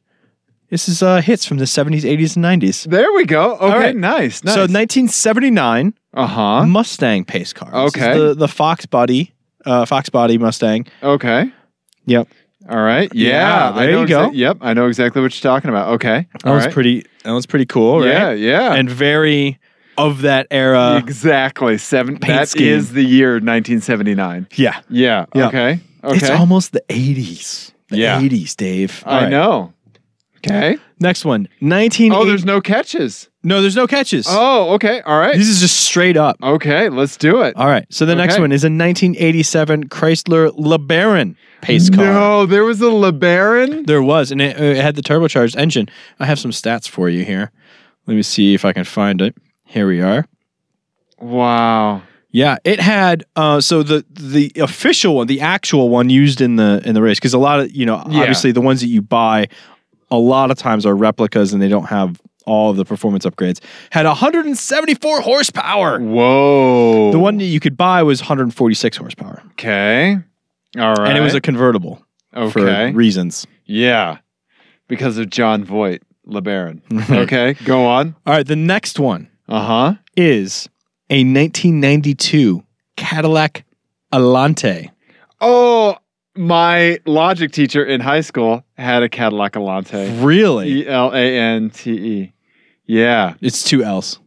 A: this is uh, hits from the 70s, 80s, and 90s.
B: there we go. Okay,
A: right.
B: nice, nice.
A: So 1979
B: uh huh.
A: Mustang pace car. This is
B: Okay.
A: the the Fox Body, uh, Fox Body Mustang.
B: Okay.
A: Yep,
B: All right.
A: Yeah,
B: Yeah. I
A: there
B: know
A: you go.
B: exa- yep. I know exactly what you're talking about. Okay.
A: that was pretty. That was pretty cool, right?
B: Yeah. Yeah.
A: And very of that era.
B: exactly. Seven.
A: paint
B: That
A: scheme.
B: is the year 1979.
A: Yeah,
B: Yeah.
A: Yeah.
B: Okay.
A: it's
B: Okay.
A: almost the 80s. The
B: Yeah.
A: 80s, Dave.
B: I
A: All right.
B: know. Okay.
A: Next one, 19.
B: Oh, there's no catches.
A: no, there's no catches.
B: Oh, okay. All right.
A: This is just straight up.
B: Okay. Let's do it.
A: All right. So the next
B: Okay.
A: one is a 1987 Chrysler LeBaron pace car.
B: No, there was a LeBaron.
A: There was, and it, it had the turbocharged engine. I have some stats for you here. Let me see if I can find it. Here we are.
B: Wow.
A: Yeah, it had. Uh, so the the official one, the actual one used in the in the race, because a lot of you know,
B: Yeah.
A: obviously the ones that you buy, a lot of times are replicas, and they don't have all of the performance upgrades. Had 174 horsepower.
B: Whoa.
A: The one that you could buy was 146 horsepower,
B: Okay. All right.
A: and it was a convertible
B: okay.
A: for reasons.
B: yeah. Because of John Voight, LeBaron.
A: All
B: Okay. Go on.
A: right, the next one
B: Uh huh.
A: is a 1992 Cadillac Elante.
B: Oh, my logic teacher in high school had a Cadillac Elante.
A: Really?
B: E L A N T E. Yeah.
A: It's two L's.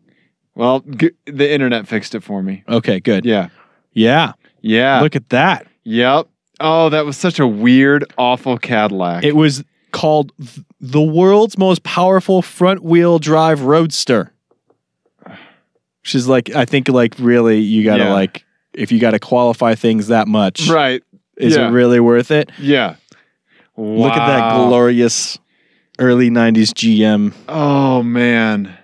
B: Well, g- the internet fixed it for me.
A: Okay, good.
B: Yeah.
A: Yeah.
B: Yeah.
A: Look at that.
B: Yep. Oh, that was such a weird, awful Cadillac.
A: It was called th- the world's most powerful front wheel drive roadster. Which is like, I think, like, really, you got to,
B: Yeah.
A: like, if you got to qualify things that much,
B: right.
A: is
B: yeah.
A: it really worth it?
B: Yeah.
A: Look at that
B: Wow.
A: glorious early 90s GM.
B: Oh, man.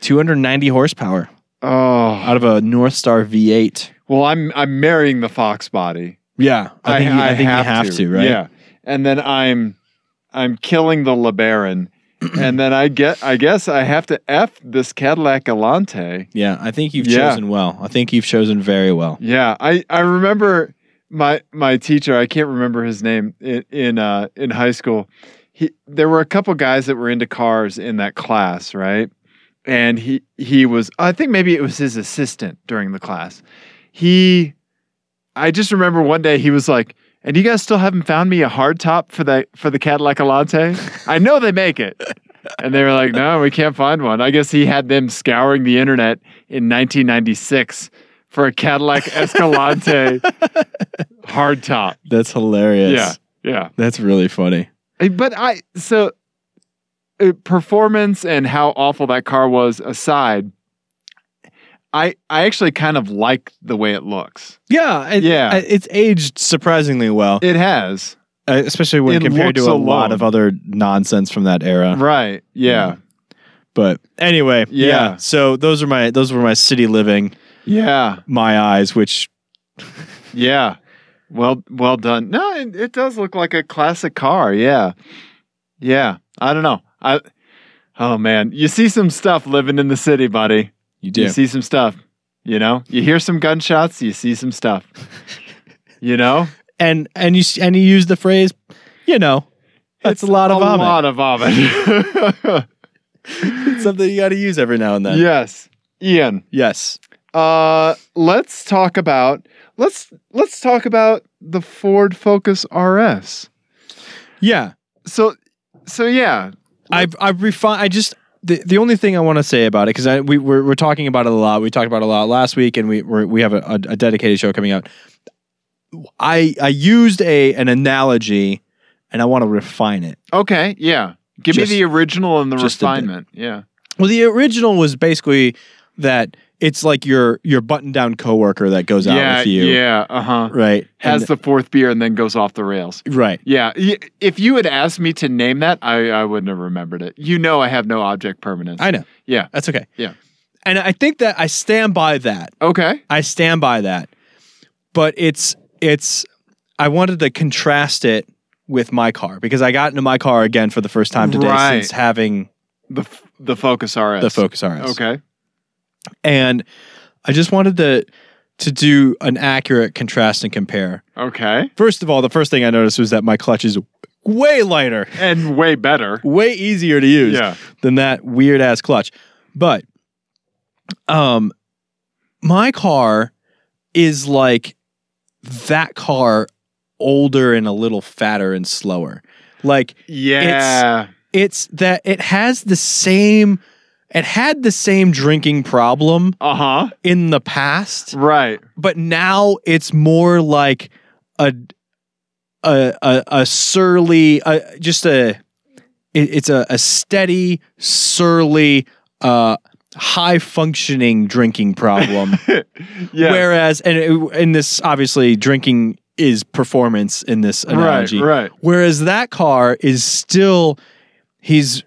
A: 290 horsepower
B: Oh.
A: out of a North Star V8.
B: Well, I'm I'm marrying the fox body.
A: Yeah. I think, you, I think you have to, right?
B: Yeah. And then I'm I'm killing the LeBaron. and then I get I guess I have to F this Cadillac Elante.
A: Yeah, I think you've
B: Yeah.
A: chosen well. I think you've chosen very well.
B: Yeah, I, I remember my my teacher. I can't remember his name in in, uh, in high school. He there were a couple guys that were into cars in that class, right? And he he was I think maybe it was his assistant during the class. He I just remember one day he was like, "And you guys still haven't found me a hard top for the for the Cadillac Elante? I know they make it." And they were like, "No, we can't find one." I guess he had them scouring the internet in 1996 for a Cadillac Escalante hardtop.
A: That's hilarious.
B: Yeah. Yeah.
A: That's really funny.
B: Eh, But I, so uh, performance and how awful that car was aside, I, I actually kind of like the way it looks.
A: Yeah, it,
B: Yeah.
A: I- it's aged surprisingly well,
B: It has.
A: uh, especially when
B: it
A: compared to a
B: looks
A: lot
B: alone.
A: of other nonsense from that era.
B: Right. Yeah.
A: But anyway, yeah.
B: Yeah.
A: So those are my those were my city living
B: Yeah.
A: my eyes, which
B: Yeah. Well, well done. No, it, it does look like a classic car. Yeah. Yeah. I don't know. I, oh man, you see some stuff living in the city, buddy.
A: you
B: You see some stuff. You know, you hear some gunshots, you see some stuff. you know,
A: and and you s- and you use the phrase, you know, that's a lot of
B: a
A: vomit.
B: lot of vomit.
A: It's something you got to use every now and then.
B: yes, Ian.
A: Yes.
B: Uh, let's talk about let's let's talk about the Ford Focus RS.
A: Yeah.
B: So, so yeah,
A: I I refine. I just the, the only thing I want to say about it because we we're, we're talking about it a lot. We talked about it a lot last week, and we we're, we have a, a, a dedicated show coming out. I I used a an analogy, and I want to refine it.
B: okay, yeah. Give
A: Just-
B: me the original and the
A: just a bit.
B: refinement. Yeah,
A: Well, the original was basically that it's like your your button down coworker that goes out
B: yeah,
A: with you,
B: yeah. Uh huh.
A: right?
B: Has
A: And-
B: the fourth beer and then goes off the rails.
A: right.
B: Yeah, y- if you had asked me to name that, I, I wouldn't have remembered it. You know, I have no object permanence.
A: I know.
B: Yeah.
A: That's okay.
B: Yeah.
A: And I think that I stand by that.
B: okay.
A: I stand by that. But it's it's I wanted to contrast it with my car because I got into my car again for the first time today
B: Right.
A: since having
B: The f- the Focus RS.
A: the Focus RS.
B: Okay.
A: And I just wanted to to do an accurate contrast and compare.
B: Okay.
A: First of all, the first thing I noticed was that my clutch is way lighter,
B: And way better.
A: way easier to use
B: Yeah.
A: than that weird ass clutch. But um my car is like that car older and a little fatter and slower. Like
B: Yeah.
A: it's that it has the same it had the same drinking problem
B: Uh huh.
A: in the past,
B: Right.
A: but now it's more like a a a, a surly a, just a it- it's a, a steady surly uh high functioning drinking problem
B: yeah.
A: whereas and it- and this obviously drinking is performance in this
B: right.
A: analogy
B: Right.
A: whereas that car is still he's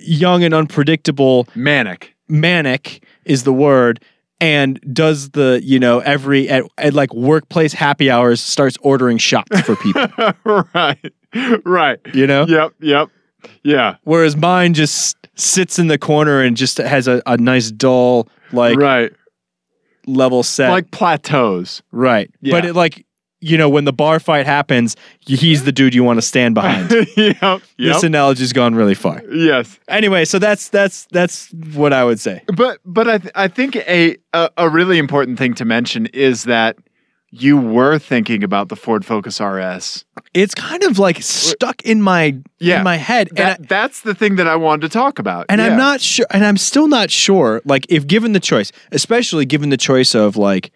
A: young and unpredictable
B: Manic.
A: manic is the word and does the you know every at, at like workplace happy hours starts ordering shots for people
B: right. Right.
A: you know
B: Yep. Yep. Yeah.
A: whereas mine just sits in the corner and just has a, a nice dull like
B: right.
A: level set
B: Like plateaus.
A: right but
B: Yeah.
A: it like you know when the bar fight happens y- he's the dude you want to stand behind
B: yep. Yep.
A: this analogy's gone really far
B: yes.
A: anyway so that's that's that's what i would say
B: But but I th- I think a, a a really important thing to mention is that you were thinking about the Ford Focus RS.
A: It's kind of like stuck in my
B: Yeah.
A: in my head, and I-
B: That, that's the thing that I wanted to talk about.
A: And
B: Yeah.
A: I'm not sure, and I'm still not sure, like, if given the choice, especially given the choice of like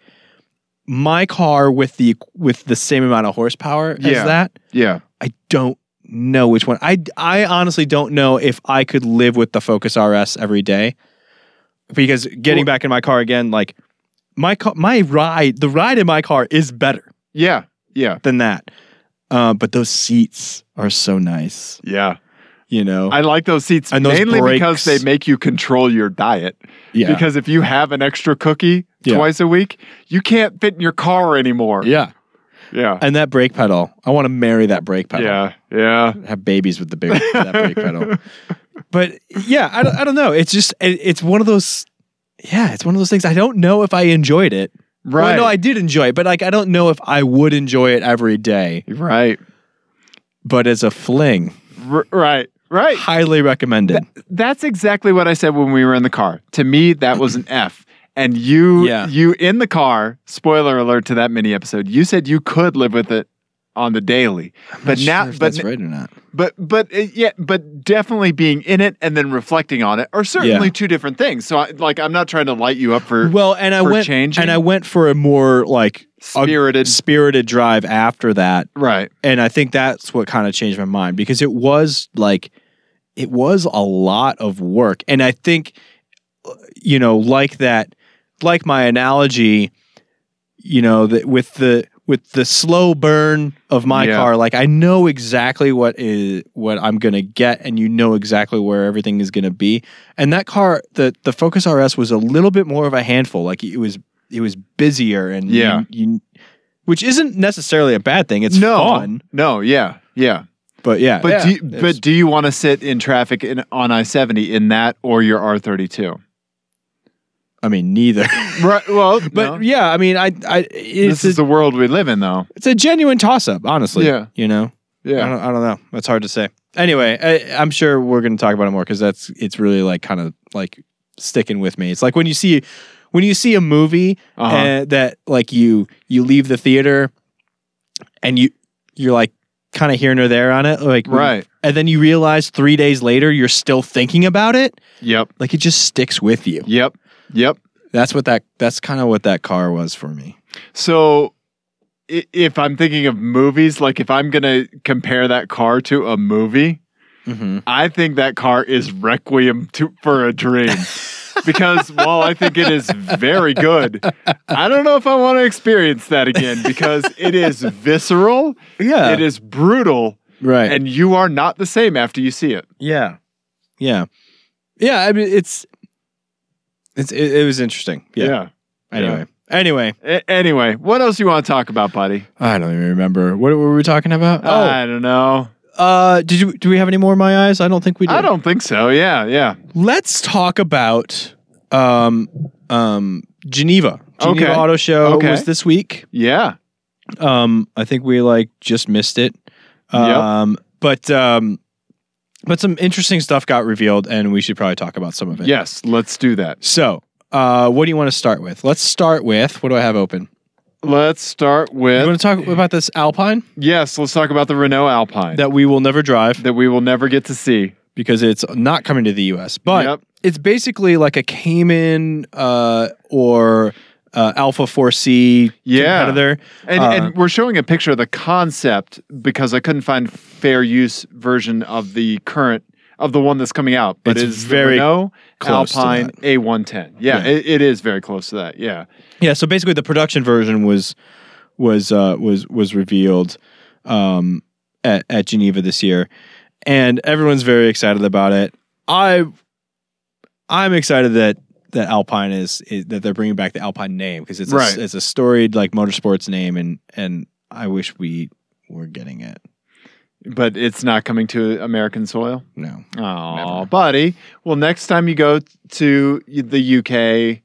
A: my car with the with the same amount of horsepower
B: Yeah.
A: as that,
B: Yeah.
A: I don't know which one. I I honestly don't know if I could live with the Focus RS every day, because getting
B: Well-
A: back in my car again, like my car, my ride, the ride in my car is better
B: Yeah. Yeah.
A: than that. Uh, but those seats are so nice,
B: Yeah.
A: you know.
B: I like those seats
A: And those
B: mainly
A: brakes.
B: because they make you control your diet.
A: yeah,
B: Because if you have an extra cookie
A: Yeah.
B: twice a week, you can't fit in your car anymore.
A: yeah.
B: Yeah.
A: And that brake pedal, I want to marry that brake pedal.
B: Yeah. Yeah.
A: Have babies with the big, that brake pedal. But yeah, I don't, I don't know. It's just it, it's one of those. Yeah, it's one of those things. I don't know if I enjoyed it.
B: Right.
A: Well, no, I did enjoy it, but like I don't know if I would enjoy it every day.
B: right.
A: But as a fling,
B: R- right. Right.
A: highly recommended.
B: That's exactly what I said when we were in the car. To me, that was an F. And you,
A: Yeah.
B: you in the car. Spoiler alert to that mini episode. You said you could live with it on the daily, but now,
A: if
B: but
A: that's right or not?
B: but but uh, yeah, but definitely being in it and then reflecting on it are certainly
A: Yeah.
B: two different things. So, I, like, I'm not trying to light you up for
A: Well, and I
B: for
A: went
B: changing?
A: and I went for a more like a
B: spirited,
A: spirited drive after that.
B: right?
A: and I think that's what kind of changed my mind because it was like it was a lot of work and I think you know like that like my analogy you know that with the with the slow burn of my
B: Yeah.
A: car like I know exactly what is what I'm going to get and you know exactly where everything is going to be and that car the the Focus RS was a little bit more of a handful like it was it was busier and you-
B: Yeah.
A: you which isn't necessarily a bad thing. It's
B: no,
A: fun.
B: no, yeah, yeah.
A: But yeah,
B: But
A: yeah,
B: do you,
A: it's-
B: but do you want to sit in traffic in, on I seventy in that or your R thirty two?
A: I mean neither.
B: Right. Well,
A: but
B: no.
A: yeah, I mean, I, I,
B: this
A: it's
B: is
A: a,
B: the world we live in, though. Uh-huh.
A: it's a genuine toss up, honestly.
B: Yeah.
A: you know, I
B: Yeah.
A: don't, I don't know. It's hard to say. Anyway, I, I'm sure we're going to talk about it more because that's it's really like kind of like sticking with me. It's like when you see when you see a movie
B: Uh-huh.
A: uh, that like you you leave the theater and you you're like kind of here nor there on it, like
B: right.
A: and then you realize three days later you're still thinking about it.
B: Yep.
A: Like it just sticks with you.
B: Yep. Yep.
A: That's what that. That's kind of what that car was for me.
B: So i- if I'm thinking of movies, like if I'm going to compare that car to a movie,
A: Mm-hmm.
B: I think that car is Requiem to, for a Dream. because while I think it is very good, I don't know if I want to experience that again because it is visceral,
A: Yeah.
B: it is brutal,
A: right.
B: and you are not the same after you see it.
A: yeah. Yeah. Yeah. I mean, it's. It's. It, it was interesting. Yeah. Anyway. Anyway.
B: A- anyway, what else you want to talk about, buddy?
A: I don't even remember. What were we talking about?
B: I don't know.
A: oh. Uh. Did you? Do we have any more in my eyes? I don't think we do.
B: I don't think so. Yeah, yeah.
A: Let's talk about. Um. Um. Geneva. Geneva
B: Okay.
A: Auto Show
B: Okay.
A: was this week.
B: Yeah.
A: Um, I think we like just missed it.
B: Yep.
A: Um, but um, but some interesting stuff got revealed, and we should probably talk about some of it.
B: Yes, let's do that.
A: So, uh, what do you want to start with? Let's start with what do I have open?
B: Let's start
A: You
B: with
A: want to talk about this Alpine
B: yes, let's talk about the Renault Alpine that,
A: that we will never drive
B: we will never get to see.
A: because it's not coming to the U.S. But
B: Yep.
A: it's basically like a Cayman uh, or uh, Alpha 4C
B: Yeah.
A: competitor.
B: And,
A: Uh,
B: and we're showing a picture of the concept because I couldn't find fair use version of the current of the one that's coming out, but
A: It's
B: it's,
A: very
B: very Renault
A: close to
B: Alpine
A: that.
B: A110. Yeah,
A: Yeah.
B: It, it is very close to that. Yeah.
A: Yeah, so basically the production version was was uh, was was revealed um, at at Geneva this year, and everyone's very excited about it. I I'm excited that that Alpine is, is that they're bringing back the Alpine name because it's
B: Right.
A: a, it's a storied like motorsports name, and and I wish we were getting it.
B: But it's not coming to American soil.
A: No,
B: Oh,
A: Never.
B: buddy. Well, next time you go t- to y- the UK,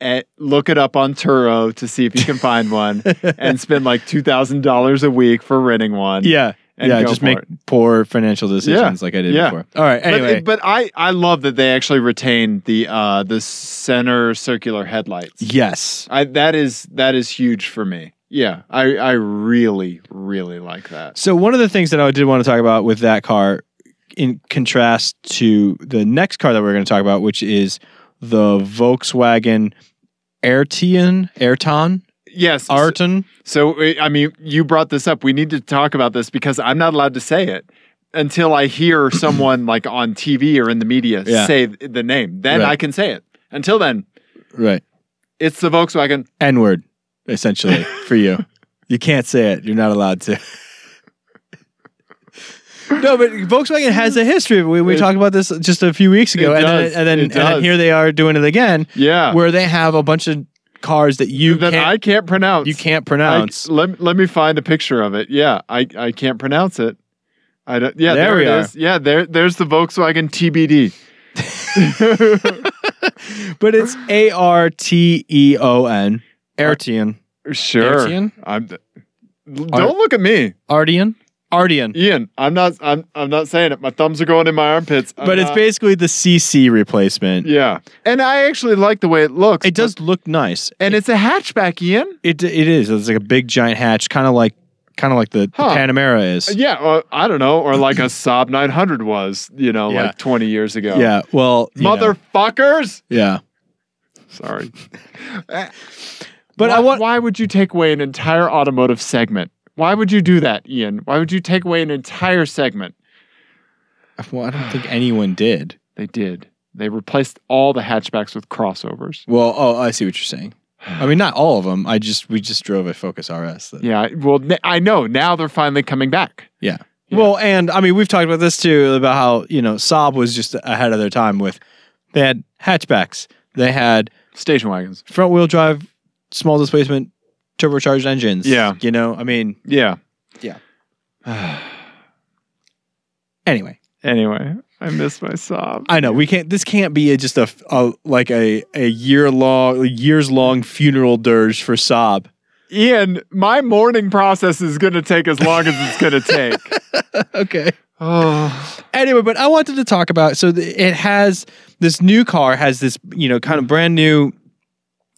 B: eh, look it up on Turo to see if you can find one and spend like $2,000 a week for renting one.
A: yeah,
B: and
A: yeah,
B: go
A: just
B: for
A: make
B: it.
A: poor financial decisions like I did
B: yeah.
A: before. All right,
B: But-
A: anyway,
B: But, I, I love that they actually retained the uh, the center circular headlights.
A: yes,
B: I, that is that is huge for me. Yeah, I, I really, really like that.
A: So one of the things that I did want to talk about with that car, in contrast to the next car that we're going to talk about, which is the Volkswagen Ayrton, Ayrton,
B: Yes.
A: Ayrton.
B: So, eh, I I mean, you brought this up. We need to talk about this because I'm not allowed to say it until I hear someone like on TV or in the media
A: Yeah.
B: say th- the name. Then
A: Right.
B: I can say it. Until then,
A: Right,
B: it's the Volkswagen.
A: N word, essentially for you. You can't say it. You're not allowed to. No, but Volkswagen has a history. We, we
B: It-
A: talked about this just a few weeks ago,
B: It
A: and,
B: does.
A: then, and, then,
B: It
A: and then
B: does.
A: here they are doing it again,
B: Yeah.
A: where they have a bunch of cars that you
B: that
A: can't,
B: I can't pronounce.
A: you can't
B: I-
A: pronounce.
B: let, let me find a picture of it. Yeah, I, I can't pronounce it. I don't, yeah,
A: There
B: there,
A: we
B: it
A: are.
B: is. Yeah, there there's the Volkswagen TBD.
A: but it's A R T E O N. Arteon.
B: Sure.
A: Arteon?
B: I'm, don't look at me,
A: Arteon? Arteon.
B: Ian. I'm not. I'm. I'm not saying it. My thumbs are going in my armpits. I'm
A: But it's
B: not-
A: basically the CC replacement.
B: Yeah, and I actually like the way it looks.
A: It does look nice.
B: and it's a hatchback, Ian.
A: It it is. It's like a big giant hatch, kind of like kind of like the,
B: Huh.
A: the Panamera is.
B: Uh, Yeah, or, I don't know, or like a Saab 900 was, you know,
A: Yeah.
B: like 20 years ago.
A: Yeah. Well, you know,
B: motherfuckers.
A: yeah.
B: Sorry,
A: But
B: Uh, why,
A: I want
B: Why would you take away an entire automotive segment? Why would you do that, Ian? Why would you take away an entire segment?
A: well, I don't think anyone did.
B: They did. They replaced all the hatchbacks with crossovers.
A: Well, oh, I see what you're saying. I mean, not all of them. I just we just drove a Focus RS. That,
B: Yeah. Well, n- I know. Now they're finally coming back. Yeah.
A: Well, and I mean, we've talked about this too about how you know Saab was just ahead of their time with they had hatchbacks, they had
B: Station wagons.
A: front wheel drive, small displacement, turbocharged engines.
B: Yeah.
A: you know, I mean,
B: Yeah.
A: Yeah.
B: Yeah.
A: anyway,
B: anyway, I miss my sob.
A: I know we can't. This can't be a, just a, f- a- like a a year long, years long funeral dirge for Saab.
B: Ian, my mourning process is going to take as long as it's going to take.
A: Okay.
B: oh.
A: Anyway, but I wanted to talk about so th- it has this new car has this you know kind of brand new,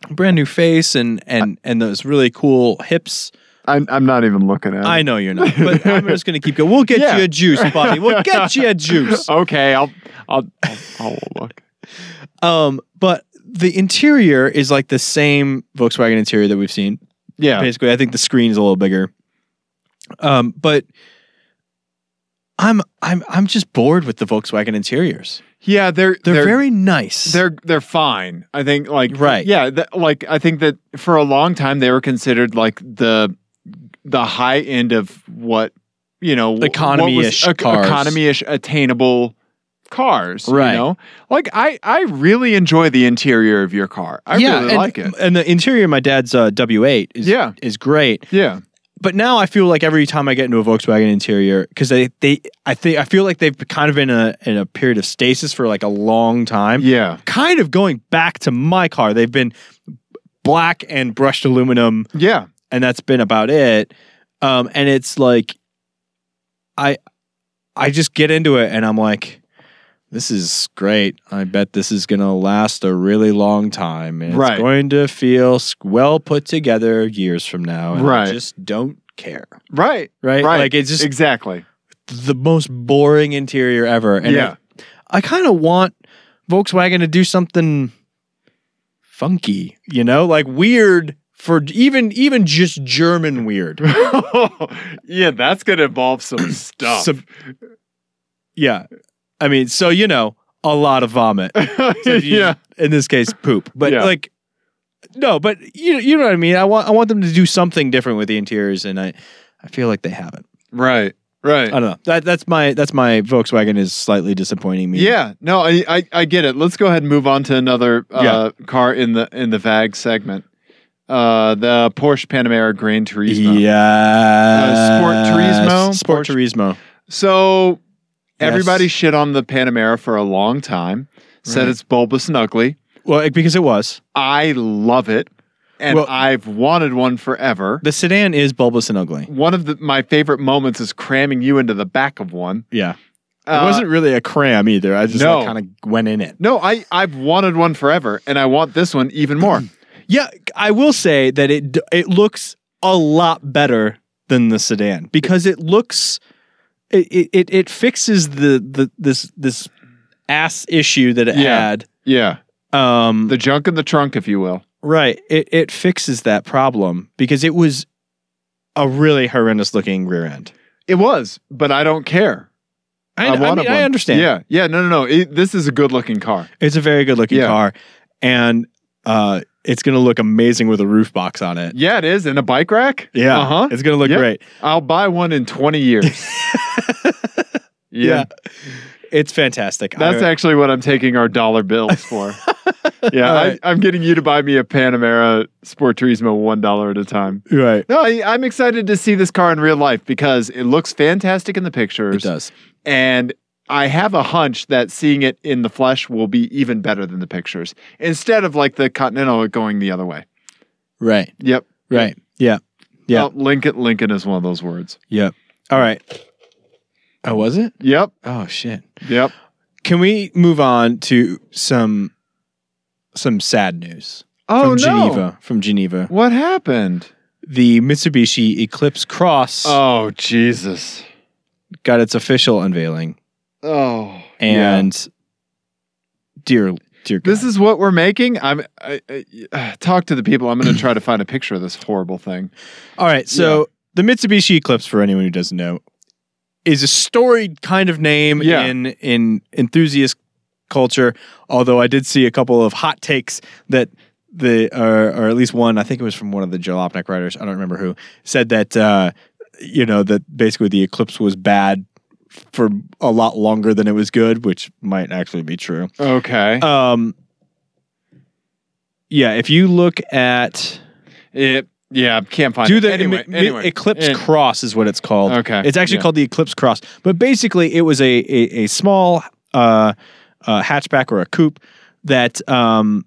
A: brand new face and and and those really cool hips.
B: I'm, I'm not even looking at
A: I know you're not, but I'm just going to keep going. We'll get
B: Yeah.
A: you a juice, Bobby. We'll get you a juice.
B: Okay, I'll, I'll, I'll, I'll look.
A: Um, but the interior is like the same Volkswagen interior that we've seen.
B: Yeah.
A: Basically, I think the screen's a little bigger. Um, but I'm I'm I'm just bored with the Volkswagen interiors.
B: Yeah, they're
A: They're, very nice.
B: they're they're fine. I think like
A: Right.
B: Yeah, th- like I think that for a long time they were considered like the the high end of what you know what was
A: Economy-ish
B: ec-
A: cars.
B: economy-ish attainable cars.
A: Right.
B: You know, like I I really enjoy the interior of your car. I
A: yeah,
B: really
A: and,
B: like it.
A: And the interior of my dad's uh, W8 is
B: Yeah.
A: is great.
B: Yeah.
A: but now I feel like every time I get into a Volkswagen interior, because they, they I think I feel like they've kind of been in a, in a period of stasis for like a long time.
B: Yeah.
A: Kind of going back to my car. They've been black and brushed aluminum,
B: Yeah.
A: and that's been about it. Um, and it's like I I just get into it and I'm like, this is great. I bet this is gonna last a really long time. And
B: Right.
A: It's going to feel s- well put together years from now. And I
B: Right.
A: just don't care
B: Right.
A: right?
B: Right.
A: Like it's just
B: exactly.
A: the most boring interior ever. And
B: yeah.
A: I, kind of want Volkswagen to do something funky, you know, like weird for even even just German weird.
B: yeah, that's gonna involve some stuff.
A: Some- yeah, I mean, so you know, a lot of vomit. So if you-
B: yeah.
A: in this case, poop. But
B: Yeah.
A: like. No, but you you know what I mean. I want I want them to do something different with the interiors, and I, I feel like they haven't.
B: Right. Right.
A: I don't know. That that's my that's my Volkswagen is slightly disappointing me.
B: Yeah, no, I, I I get it. Let's go ahead and move on to another uh, car in the in the VAG segment. Uh, the Porsche Panamera Gran Turismo.
A: Yeah.
B: Sport Turismo?
A: Uh, Sport
B: Porsche-
A: Turismo.
B: So
A: Yes.
B: everybody shit on the Panamera for a long time. Said
A: Right.
B: it's bulbous and ugly.
A: Well, it- because it was.
B: I love it, and
A: Well-
B: I've wanted one forever.
A: The sedan is bulbous and ugly.
B: One of the, my favorite moments is cramming you into the back of one.
A: Yeah.
B: Uh,
A: it wasn't really a cram either. I just
B: no.
A: kind of went in it.
B: No, I I've wanted one forever, and I want this one even more.
A: Yeah, I will say that it d- it looks a lot better than the sedan because it looks it it- it, it fixes the, the this this ass issue that it
B: Yeah. Yeah.
A: had. Um
B: The junk in the trunk, if you will.
A: right. It it fixes that problem because it was a really horrendous looking rear end.
B: It was, but I don't care.
A: I,
B: I
A: I,
B: wanted
A: mean, I
B: one.
A: understand.
B: Yeah. Yeah. No, no, no. It, this is a good looking car.
A: It's a very good looking
B: Yeah.
A: car and uh it's going to look amazing with a roof box on it.
B: Yeah, it is. And a bike rack?
A: Yeah.
B: Uh huh.
A: It's going to look
B: Yep.
A: great.
B: I'll buy one in 20 years. yeah.
A: It's fantastic.
B: That's
A: I,
B: actually what I'm taking our dollar bills for. yeah,
A: All right.
B: I, I'm getting you to buy me a Panamera Sport Turismo one dollar at a time.
A: right.
B: No, I, I'm excited to see this car in real life because it looks fantastic in the pictures,
A: It does.
B: and I have a hunch that seeing it in the flesh will be even better than the pictures. Instead of like the Continental going the other way.
A: Right.
B: Yep.
A: Right. Yeah. Yeah.
B: Oh, Lincoln. Lincoln is one of those words.
A: Yep. All right. Oh, was it?
B: Yep.
A: Oh shit.
B: Yep.
A: Can we move on to some some sad news from
B: Oh no.
A: Geneva? From Geneva,
B: What happened?
A: the Mitsubishi Eclipse Cross
B: Oh Jesus.
A: got its official unveiling,
B: Oh. yeah.
A: and dear, dear, God.
B: This is what we're making. I'm I, I, uh, talk to the people. I'm going to try to find a picture of this horrible thing.
A: all right. So the Mitsubishi Eclipse, for anyone who doesn't know, is a storied kind of name
B: Yeah.
A: in in enthusiast culture. Although I did see a couple of hot takes that the or, or at least one, I think it was from one of the Jalopnik writers, I don't remember who, said that uh, you know that basically the eclipse was bad for a lot longer than it was good, which might actually be true.
B: Okay.
A: Um, yeah, if you look at
B: it yeah, can't find
A: do
B: it.
A: the
B: anyway,
A: mi- mi-
B: anyway.
A: Eclipse
B: Eh,
A: Cross is what it's called.
B: okay.
A: It's actually
B: Yeah.
A: called the Eclipse Cross, but basically it was a a, a small uh, uh, hatchback or a coupe that um,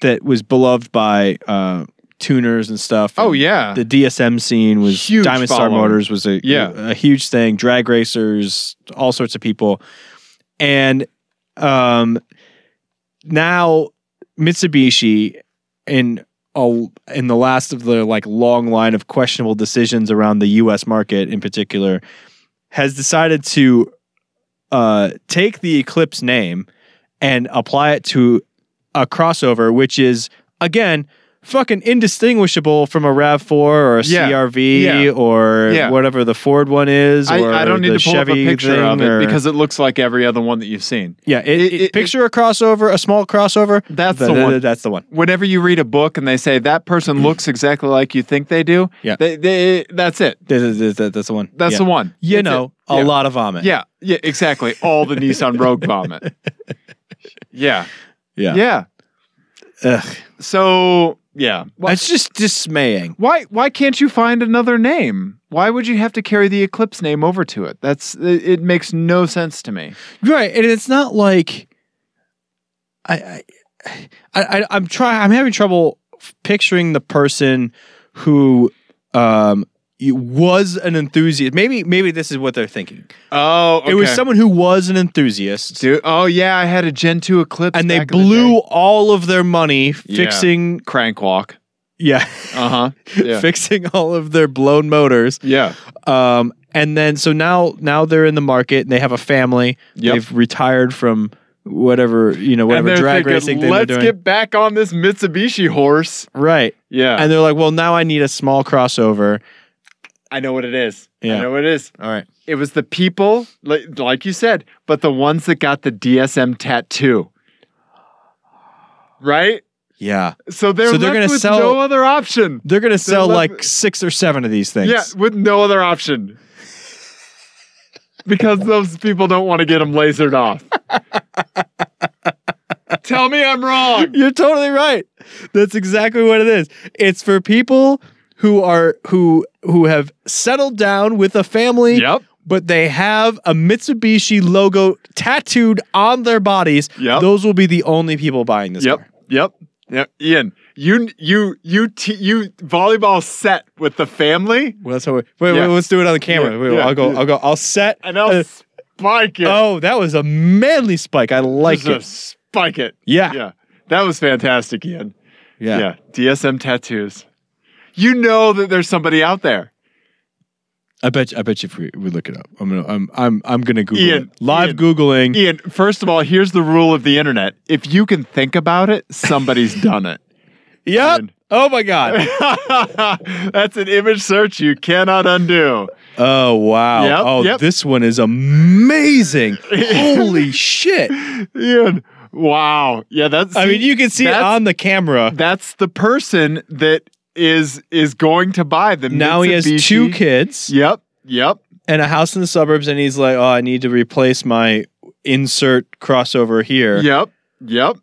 A: that was beloved by uh, tuners and stuff.
B: Oh
A: And
B: yeah.
A: the DSM scene was
B: Huge
A: Diamond Star
B: following.
A: Motors was a
B: Yeah.
A: a huge thing. Drag racers, all sorts of people, and um, now Mitsubishi in a, in the last of the like long line of questionable decisions around the U.S. market in particular has decided to uh, take the Eclipse name and apply it to a crossover, which is again fucking indistinguishable from a Rav Four or a
B: Yeah.
A: CRV
B: Yeah.
A: or
B: Yeah
A: whatever the Ford one is.
B: I,
A: or
B: I don't need
A: the
B: to pull
A: Chevy
B: up a picture
A: thing
B: of it
A: or-
B: because it looks like every other one that you've seen.
A: yeah, it,
B: it-
A: it-
B: it-
A: picture a crossover, a small crossover.
B: That's
A: Th-
B: the
A: th-
B: one.
A: th- That's the one.
B: Whenever you read a book and they say that person looks exactly like you think they do,
A: Yeah.
B: they, they, that's it.
A: Th- th- th- th- That's the one.
B: That's
A: yeah.
B: the one.
A: You
B: That's it.
A: know, a
B: Yeah.
A: lot of vomit.
B: Yeah, yeah, exactly. All the Nissan Rogue vomit. Yeah,
A: yeah.
B: yeah.
A: Ugh.
B: So yeah, Why-
A: It's just dismaying.
B: why why can't you find another name? Why would you have to carry the Eclipse name over to it? That's it, it makes no sense to me.
A: Right, and it's not like I, I, I I'm trying. I'm having trouble f- picturing the person who um y- was an enthusiast. Maybe maybe this is what they're thinking.
B: Oh,
A: It was someone who was an enthusiast,
B: Dude, oh yeah, I had a Gen two Eclipse,
A: and they
B: back in the
A: blew
B: day.
A: all of their money
B: Yeah.
A: fixing.
B: crank walk.
A: Yeah. Uh-huh.
B: Uh huh. Yeah.
A: fixing all of their blown motors
B: yeah.
A: um and then so now now they're in the market and they have a family
B: Yep.
A: they've retired from whatever you know whatever
B: and they're
A: drag
B: thinking,
A: racing thing they're
B: Let's
A: doing
B: get back on this Mitsubishi horse.
A: Right.
B: Yeah,
A: And they're like, well, now I need a small crossover.
B: I know what it is. I
A: Yeah.
B: know what it is.
A: All right.
B: It was the people, like, like you said, but the ones that got the DSM tattoo. Right?
A: Yeah.
B: So they're,
A: So they're
B: left
A: gonna
B: with
A: sell-
B: no other option.
A: They're going to sell
B: love-
A: like six or seven of these things.
B: Yeah, with no other option. because those people don't want to get them lasered off. Tell me I'm wrong.
A: You're totally right. That's exactly what it is. It's for people who are who who have settled down with a family
B: Yep.
A: but they have a Mitsubishi logo tattooed on their bodies.
B: Yep.
A: Those will be the only people buying this
B: Yep.
A: car.
B: Yep. Yep. Ian, you you you t- you volleyball set with the family
A: Well, that's how we, wait,
B: Yeah.
A: wait, let's do it on the camera.
B: Yeah,
A: Wait,
B: yeah,
A: I'll go
B: yeah.
A: I'll go I'll set
B: and I'll
A: Uh,
B: spike it.
A: Oh, that was a manly spike. I like
B: Just a
A: it.
B: spike it.
A: Yeah.
B: Yeah. That was fantastic, Ian.
A: Yeah.
B: DSM tattoos. You know that there's somebody out there.
A: I bet. I bet you if we, we look it up, I'm gonna. I'm. I'm. I'm gonna Google
B: Ian,
A: it. Live
B: Ian,
A: googling.
B: Ian, first of all, here's the rule of the internet. If you can think about it, somebody's done it.
A: Yep.
B: Ian.
A: Oh my god.
B: That's an image search you cannot undo.
A: Oh wow.
B: Yep,
A: oh,
B: yep.
A: this one is amazing. Holy shit.
B: Ian, wow. Yeah, that's
A: I mean, you can see it
B: that's-
A: on the camera.
B: that's the person that is is going to buy the
A: Now he has
B: Mitsubishi-
A: two kids
B: Yep. Yep.
A: and a house in the suburbs, and he's like, "Oh, I need to replace my insert crossover here."
B: Yep. Yep.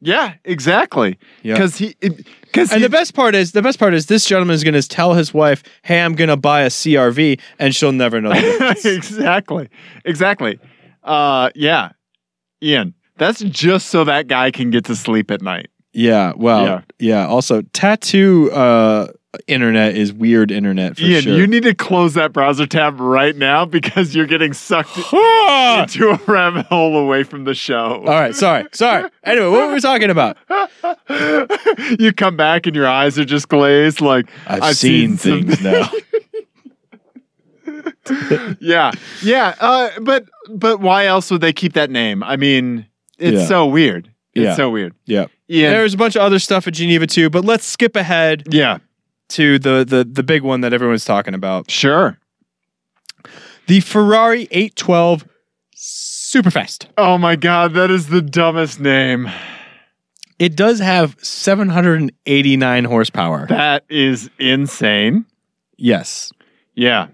B: Yeah, exactly.
A: Yep.
B: Because he, because
A: And the best part is, the best part is, this gentleman is going to tell his wife, "Hey, I'm going to buy a CRV," and she'll never know. the difference.
B: exactly, exactly. Uh, yeah, Ian. That's just so that guy can get to sleep at night.
A: yeah. Wow.
B: Yeah.
A: Yeah. Also, tattoo uh, internet is weird internet for
B: Ian,
A: sure.
B: you need to close that browser tab right now because you're getting sucked into a rabbit hole away from the show.
A: All right. Sorry. Sorry. Anyway, what were we talking about?
B: you come back and your eyes are just glazed. Like
A: I've,
B: seen some-
A: now.
B: yeah, yeah. Uh, but but why else would they keep that name? I mean, it's
A: Yeah.
B: so weird. It's
A: Yeah.
B: so weird.
A: yeah.
B: Ian.
A: There's a bunch of other stuff at Geneva too, but let's skip ahead
B: yeah.
A: to the the the big one that everyone's talking about.
B: Sure.
A: The Ferrari 812 Superfast.
B: Oh my god, that is the dumbest name.
A: It does have 789 horsepower.
B: That is insane.
A: Yes.
B: Yeah.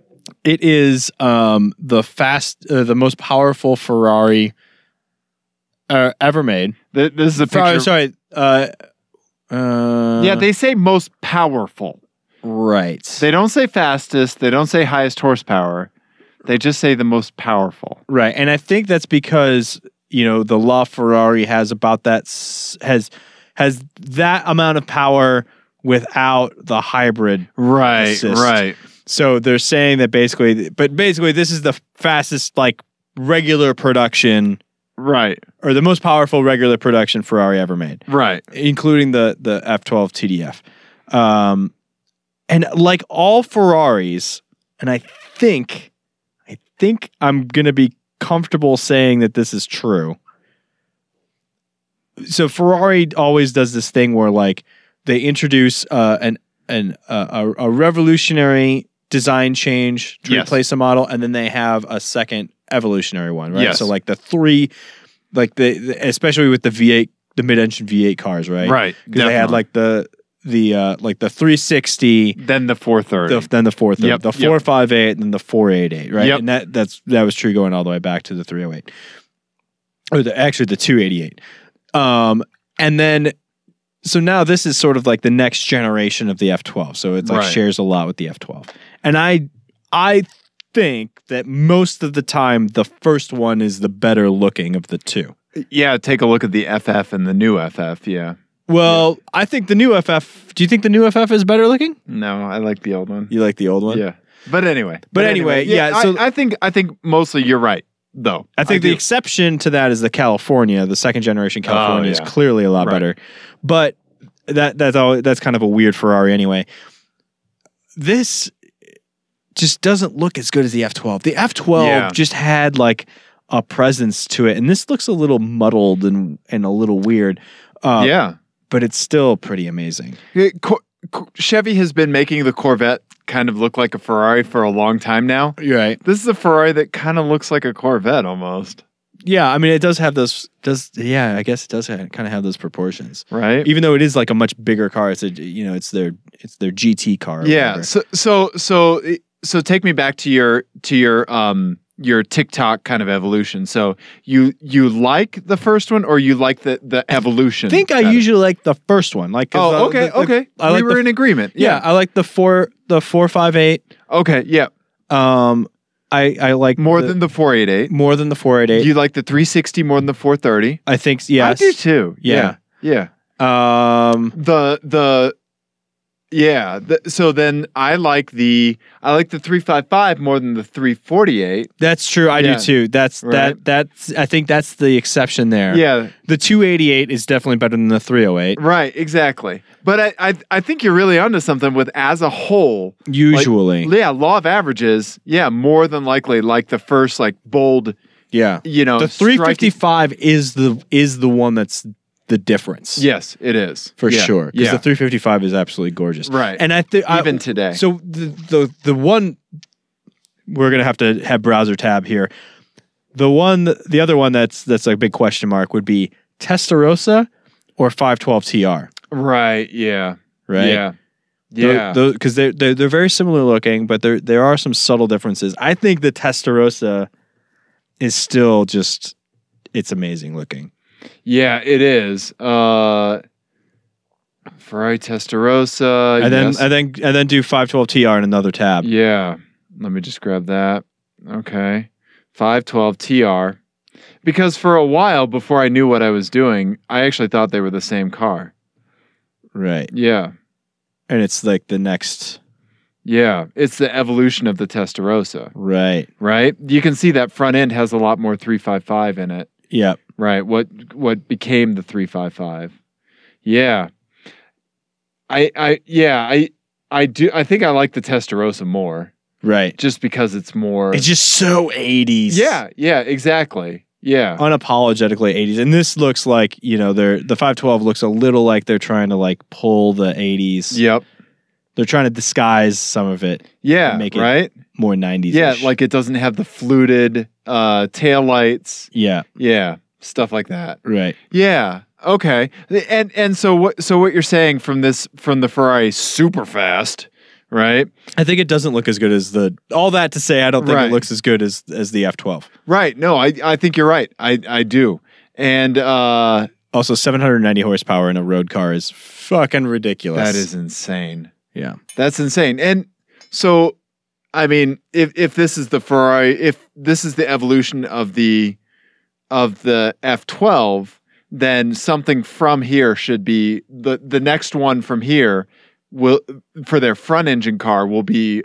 A: It is um, the fast uh, the most powerful Ferrari uh, ever made.
B: Th- This is a picture.
A: Sorry, sorry. Uh, uh,
B: Yeah, they say most powerful.
A: right.
B: They don't say fastest. They don't say highest horsepower. They just say the most powerful.
A: Right, and I think that's because you know the La Ferrari has about that s- has has that amount of power without the hybrid.
B: Right.
A: Assist. right. So they're saying that basically, but basically this is the fastest like regular production
B: Right.
A: or the most powerful regular production Ferrari ever made,
B: Right.
A: including the the F12 TDF. Um, and like all Ferraris, and I think I think I'm gonna be comfortable saying that this is true. So Ferrari always does this thing where like they introduce uh, an an uh, a, a revolutionary design change to
B: Yes.
A: replace a model, and then they have a second evolutionary one, right?
B: Yes.
A: So like the three, like the, the especially with the V8, the mid-engine V8 cars, right?
B: Right.
A: Because they had
B: definitely.
A: like the the uh, like the 360
B: then the 430.
A: the, then the four thirty,
B: Yep,
A: the
B: yep.
A: four five eight, and then the four eight eight, right?
B: Yep.
A: And that that's that was true going all the way back to the three oh eight, or the actually the two eighty eight, um, and then so now this is sort of like the next generation of the F twelve, so it's like
B: Right.
A: shares a lot with the F twelve, and I I think that most of the time the first one is the better looking of the two.
B: yeah, take a look at the FF and the new FF. Yeah.
A: Well, I think the new FF. Do you think the new FF is better looking?
B: No, I like the old one.
A: You like the old one?
B: Yeah. But anyway. But,
A: anyway, yeah,
B: I-
A: so-
B: I, think I think mostly you're right though.
A: I think the
B: do. Oh,
A: exception to that is the California. The second generation California
B: yeah.
A: is clearly a lot
B: Right.
A: better, but that that's all. That's kind of a weird Ferrari anyway. This just doesn't look as good as the F12. The F12
B: Yeah.
A: just had like a presence to it, and this looks a little muddled and and a little weird. Uh,
B: yeah.
A: but it's still pretty amazing.
B: Yeah, Cor- Cor- Chevy has been making the Corvette kind of look like a Ferrari for a long time now.
A: Right?
B: This is a Ferrari that kind of looks like a Corvette almost,
A: Yeah. I mean, it does have those. Does yeah? I guess it does kind of have those proportions.
B: right?
A: even though it is like a much bigger car it's a you know it's their it's their gt car or
B: Yeah.
A: whatever.
B: So so so so take me back to your to your um your TikTok kind of evolution. So you you like the first one or you like the the evolution?
A: i think i
B: better?
A: usually like the first one like 'cause
B: Oh,
A: the-
B: okay,
A: the- the-
B: okay.
A: I like
B: we were
A: the-
B: in agreement.
A: yeah, i like the four the 458
B: Okay. Yeah.
A: um i i like
B: More
A: the-
B: than the 488.
A: more than the 488
B: You like the 360 more than the 430?
A: i think yes
B: I do too.
A: Yeah.
B: Yeah. yeah.
A: um
B: The the Yeah. th- so then I like the I like the 355 more than the 348.
A: That's true. I
B: Yeah.
A: do too. That's
B: Right.
A: that that's I think that's the exception there.
B: Yeah.
A: The 288 is definitely better than the 308
B: Right. Exactly. But I I, I think you're really onto something with as a whole. like,
A: usually.
B: yeah. Law of averages. Yeah. More than likely, like the first like bold.
A: yeah.
B: You know.
A: The
B: Oh, striking-
A: 355 is the is the one that's the difference.
B: Yes, it is
A: For
B: Yeah,
A: sure, because
B: Yeah.
A: the 355 is absolutely gorgeous,
B: Right.
A: And I think
B: Even today.
A: So the the the one we're gonna have to have browser tab here. The one, the other one that's that's a big question mark would be Testarossa or 512 TR,
B: right. Yeah.
A: right?
B: Yeah. Yeah.
A: because they're, they're they're very similar looking, but there there are some subtle differences. I think the Testarossa is still just it's amazing looking.
B: yeah. It is. Uh, Ferrari Testarossa.
A: and then
B: yes.
A: and then and then do 512 TR in another tab.
B: Yeah. Let me just grab that. Okay. 512 TR. Because for a while before I knew what I was doing, I actually thought they were the same car.
A: Right.
B: Yeah.
A: And it's like the next
B: Yeah. It's the evolution of the Testarossa,
A: right.
B: right? You can see that front end has a lot more 355 in it,
A: Yeah.
B: right? What what became the 355. Yeah. I I yeah, I I do I think I like the Testarossa more
A: Right.
B: just because it's more
A: It's just so 80s.
B: Yeah, yeah, exactly. Yeah.
A: Unapologetically 80s. And this looks like, you know, they're the 512 looks a little like they're trying to like pull the 80s.
B: Yep.
A: They're trying to disguise some of it
B: Yeah.
A: make it-
B: right.
A: more 90s.
B: Yeah. Like it doesn't have the fluted uh, tail lights.
A: Yeah,
B: Yeah. Stuff like that.
A: right.
B: Yeah. Okay. And and so what? So what you're saying from this from the Ferrari super fast, right?
A: I think it doesn't look as good as the all that to say I don't think
B: Right.
A: it looks as good as as the F12.
B: Right. No, I I think you're right. I I do. And uh,
A: Also 790 horsepower in a road car is fucking ridiculous.
B: that is insane.
A: Yeah.
B: That's insane. And so, I mean, if if this is the Ferrari, if this is the evolution of the of the F12, then something from here should be the the next one from here will for their front engine car will be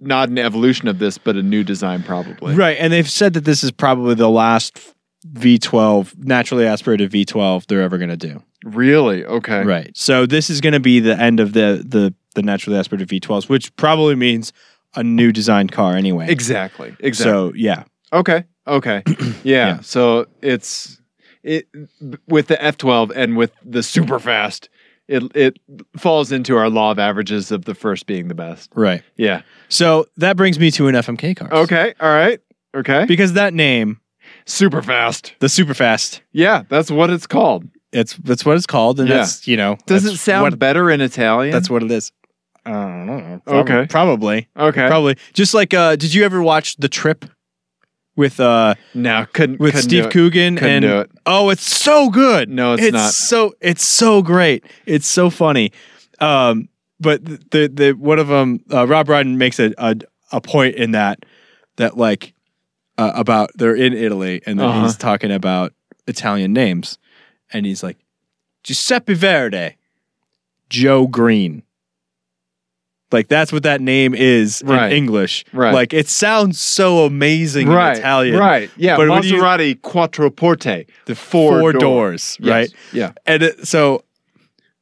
B: not an evolution of this, but a new design probably.
A: Right, and they've said that this is probably the last V12 naturally aspirated V12 they're ever going to do.
B: Really? Okay.
A: Right. So this is going to be the end of the the the naturally aspirated V12s, which probably means a new designed car anyway.
B: Exactly. Exactly.
A: So yeah,
B: Okay. Okay. Yeah.
A: Yeah.
B: So it's it with the F12 and with the super fast. It it falls into our law of averages of the first being the best.
A: right.
B: Yeah.
A: So that brings me to an FMK car.
B: Okay. All right. Okay.
A: Because that name,
B: Super fast.
A: the Superfast,
B: Yeah, that's what it's called.
A: it's that's what it's called, and
B: Yeah.
A: that's you know
B: Does
A: that's
B: it sound
A: what-
B: better in Italian?
A: that's what it is. I don't know. Prob-
B: Okay.
A: Probably.
B: okay.
A: Probably. Just like uh did you ever watch The Trip with uh
B: no, couldn't
A: with
B: couldn't do
A: Steve
B: it.
A: Coogan
B: Couldn't
A: and
B: do it.
A: oh, it's so good.
B: No, it's not.
A: so it's so great. It's so funny. Um, but the the one of them, uh, Rob Brydon makes a, a a point in that that like uh, about they're in Italy and then
B: Uh-huh.
A: he's talking about Italian names, and he's like Giuseppe Verde, Joe Green. Like that's what that name is
B: Right.
A: in English.
B: Right.
A: Like it sounds so amazing
B: right.
A: in Italian
B: Right. Yeah.
A: But when you-
B: Maserati Quattroporte.
A: the
B: four
A: four,
B: door.
A: doors,
B: Yes.
A: right?
B: Yeah.
A: And it, so,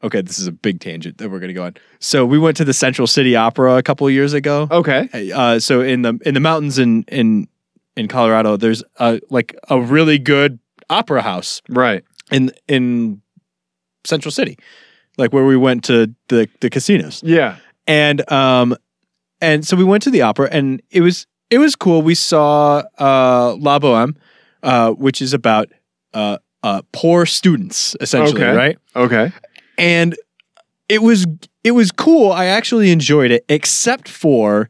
A: okay, this is a big tangent that we're gonna go on. So we went to the Central City Opera a couple years ago.
B: Okay.
A: Uh, so in the in the mountains in in in Colorado, there's a like a really good opera house
B: Right.
A: in in Central City, like where we went to the the casinos
B: Yeah.
A: and um and so we went to the opera and it was it was cool we saw uh la boheme uh which is about uh uh poor students essentially
B: Okay.
A: right
B: Okay.
A: and it was it was cool i actually enjoyed it except for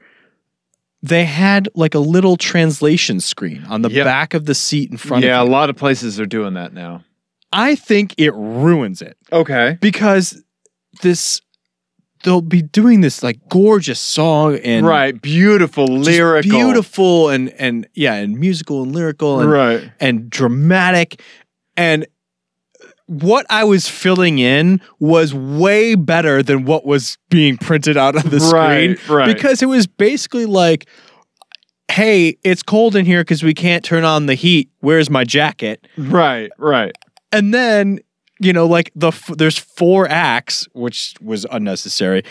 A: they had like a little translation screen on the
B: Yep.
A: back of the seat in front
B: yeah,
A: of
B: a
A: you.
B: lot of places are doing that now.
A: i think it ruins it
B: Okay.
A: because this they'll be doing this like gorgeous song and
B: right. Beautiful
A: just
B: lyrical.
A: beautiful and and yeah, and musical and lyrical and
B: Right.
A: and dramatic, and what I was filling in was way better than what was being printed out on the
B: Right,
A: screen
B: right.
A: because it was basically like hey, it's cold in here cuz we can't turn on the heat. Where's my jacket?
B: Right, right.
A: And then you know, like the f- there's four acts, which was unnecessary.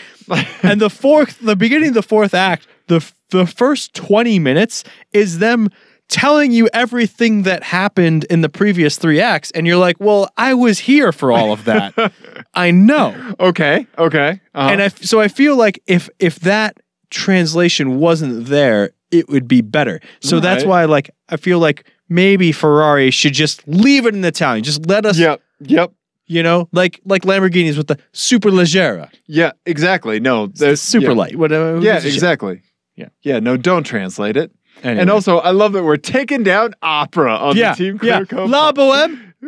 A: and the fourth, the beginning of the fourth act, the f- the first twenty minutes is them telling you everything that happened in the previous three acts, and you're like, "Well, I was here for all of that. I
B: Uh-huh.
A: know."
B: okay, okay. Uh-huh.
A: And I f- so I feel like if if that translation wasn't there, it would be better. So that's
B: Right.
A: why, like, I feel like maybe Ferrari should just leave it in Italian. Just let us,
B: yep, yep.
A: you know, like like Lamborghinis with the super leggera,
B: Yeah, exactly. No,
A: the
B: there's
A: super light, whatever.
B: Yeah,
A: Shit.
B: exactly.
A: Yeah.
B: Yeah, no, don't translate it.
A: Anyway.
B: And also, I love that we're taking down opera on the Team Clear Coat.
A: La Boheme,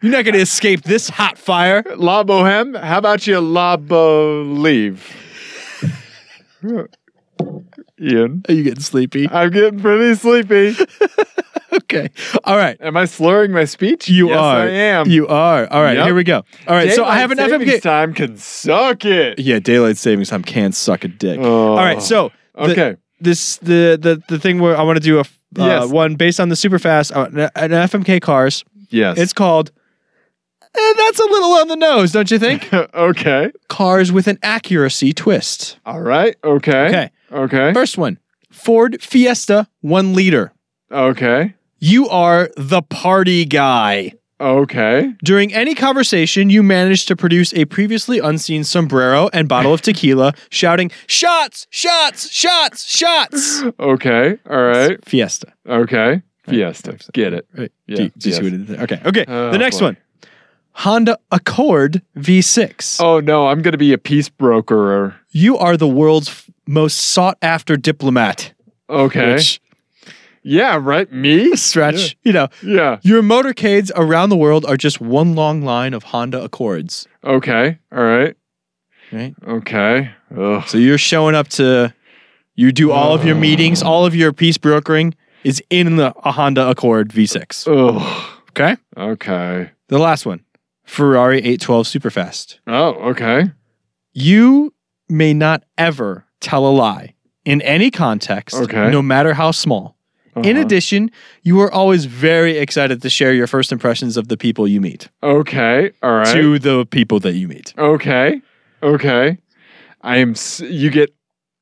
A: you're not going to escape this hot fire.
B: La Boheme. How about you, La Believe? Ian,
A: Are you getting sleepy?
B: I'm getting pretty sleepy.
A: Okay. All right.
B: Am I slurring my speech?
A: You
B: yes,
A: are.
B: I am.
A: You are. All right.
B: Yep.
A: Here we go. All right. so I
B: Daylight
A: have an
B: savings
A: FMK.
B: time can suck it.
A: Yeah, daylight savings time can suck a dick.
B: Oh.
A: All right. So the-
B: okay.
A: this the the the thing where I want to do a uh,
B: Yes.
A: one based on the super fast uh, an FMK cars.
B: Yes.
A: It's called. Eh, that's a little on the nose, don't you think?
B: okay.
A: cars with an accuracy twist.
B: All right. Okay.
A: Okay.
B: Okay.
A: First one, Ford Fiesta, one liter.
B: Okay.
A: You are the party guy.
B: Okay.
A: During any conversation, you manage to produce a previously unseen sombrero and bottle of tequila, shouting, Shots, shots, shots, shots.
B: Okay. All right.
A: Fiesta.
B: Okay. Fiesta. Get it.
A: Right.
B: Yeah,
A: do, you- do you see
B: yes.
A: what it is? Okay. Okay.
B: Oh,
A: the next
B: boy.
A: one Honda Accord V6.
B: Oh no, I'm gonna be a peace brokerer.
A: You are the world's f- most sought after diplomat.
B: Okay.
A: Which,
B: yeah, right. Me?
A: stretch, you know,
B: Yeah.
A: your motorcades around the world are just one long line of Honda Accords.
B: Okay. All right.
A: Right.
B: Okay. Ugh.
A: So you're showing up to, you do all of your meetings, all of your peace brokering is in the a Honda Accord V6.
B: Ugh.
A: Okay.
B: Okay.
A: The last one, Ferrari 812 Superfast.
B: Oh, okay.
A: You may not ever tell a lie in any context,
B: Okay.
A: no matter how small. In
B: Uh-huh.
A: addition, you are always very excited to share your first impressions of the people you meet
B: Okay. All right.
A: to the people that you meet.
B: Okay. Okay. I am. S- you get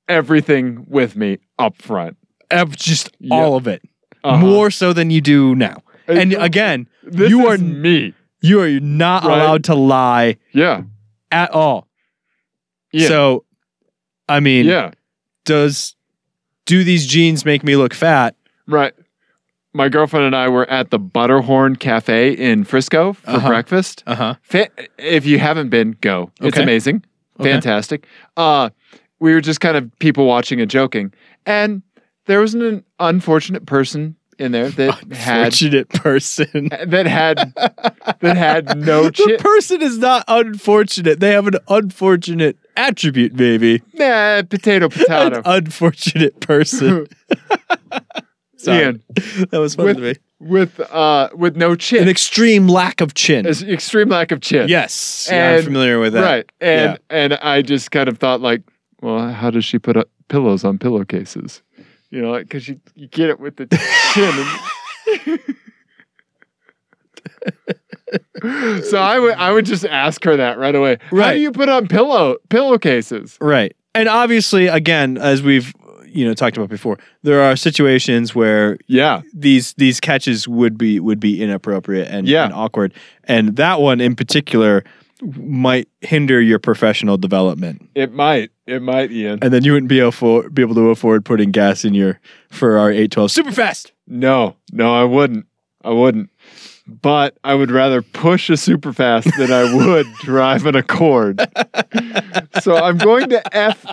B: everything with me up front.
A: Uh, Just
B: Yeah.
A: all of it,
B: Uh-huh.
A: more so than you do now.
B: Uh,
A: And
B: no,
A: again,
B: this
A: you
B: is
A: are-
B: me.
A: you are not
B: Right.
A: allowed to lie
B: Yeah.
A: at all.
B: Yeah.
A: So, I mean,
B: yeah.
A: does do these jeans make me look fat?
B: Right. My girlfriend and I were at the Butterhorn Cafe in Frisco for
A: Uh-huh.
B: breakfast.
A: Uh huh.
B: Fa- if you haven't been, go. It's
A: Okay.
B: amazing.
A: Okay.
B: Fantastic. Uh, we were just kind of people watching and joking. And there was an unfortunate person in there that had
A: Unfortunate person.
B: that had that had no
A: The
B: chip.
A: person is not unfortunate. They have an unfortunate attribute, maybe.
B: Nah, potato
A: An
B: potato.
A: unfortunate person. Sorry.
B: Ian,
A: That was funny
B: with,
A: to me.
B: with uh with no
A: An
B: chin.
A: extreme lack of chin.
B: Ex- extreme lack of chin.
A: yes. Yeah, I'm
B: And-
A: familiar with that.
B: Right. And and I just kind of thought like, well, how does she put up pillows on pillowcases? You know, like cuz you, you get it with the chin. And so I would I would just ask her that right away. How
A: Right.
B: do you put on pillow pillowcases?
A: Right. And obviously, again, as we've you know talked about before, there are situations where
B: Yeah.
A: these these catches would be would be inappropriate and,
B: Yeah.
A: and awkward. And that one in particular might hinder your professional development.
B: It might. It might, Ian.
A: And then you wouldn't be afford, be able to afford putting gas in your Ferrari 812 super fast.
B: No. No, I wouldn't. I wouldn't. But I would rather push a super fast than I would drive an Accord. so I'm going to F.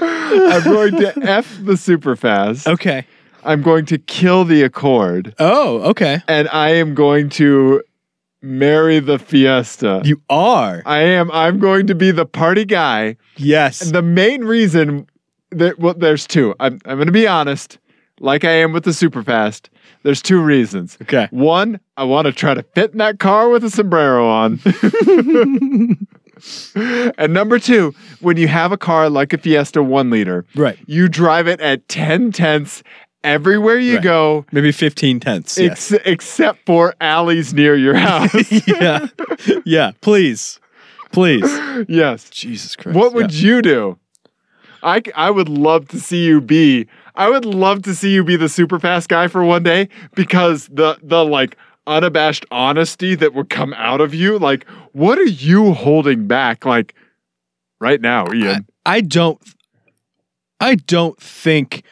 B: I'm going to F the super fast.
A: Okay.
B: I'm going to kill the Accord.
A: Oh, okay.
B: And I am going to marry the Fiesta.
A: You are.
B: I am. I'm going to be the party guy.
A: Yes.
B: The main reason that well, there's two. I'm I'm gonna be honest, like I am with the super fast. There's two reasons.
A: Okay.
B: One, I want to try to fit in that car with a sombrero on. and number two, when you have a car like a Fiesta 1 liter,
A: Right.
B: you drive it at 10 tenths everywhere you
A: Right.
B: go,
A: Maybe 15 tenths. Yes.
B: ex- except for alleys near your house.
A: yeah. Yeah. Please. Please.
B: yes.
A: Jesus Christ.
B: What would you do? I, c- I would love to see you be. I would love to see you be the super fast guy for one day because the the like unabashed honesty that would come out of you. Like, what are you holding back? Like, right now, Ian.
A: I don't I don't think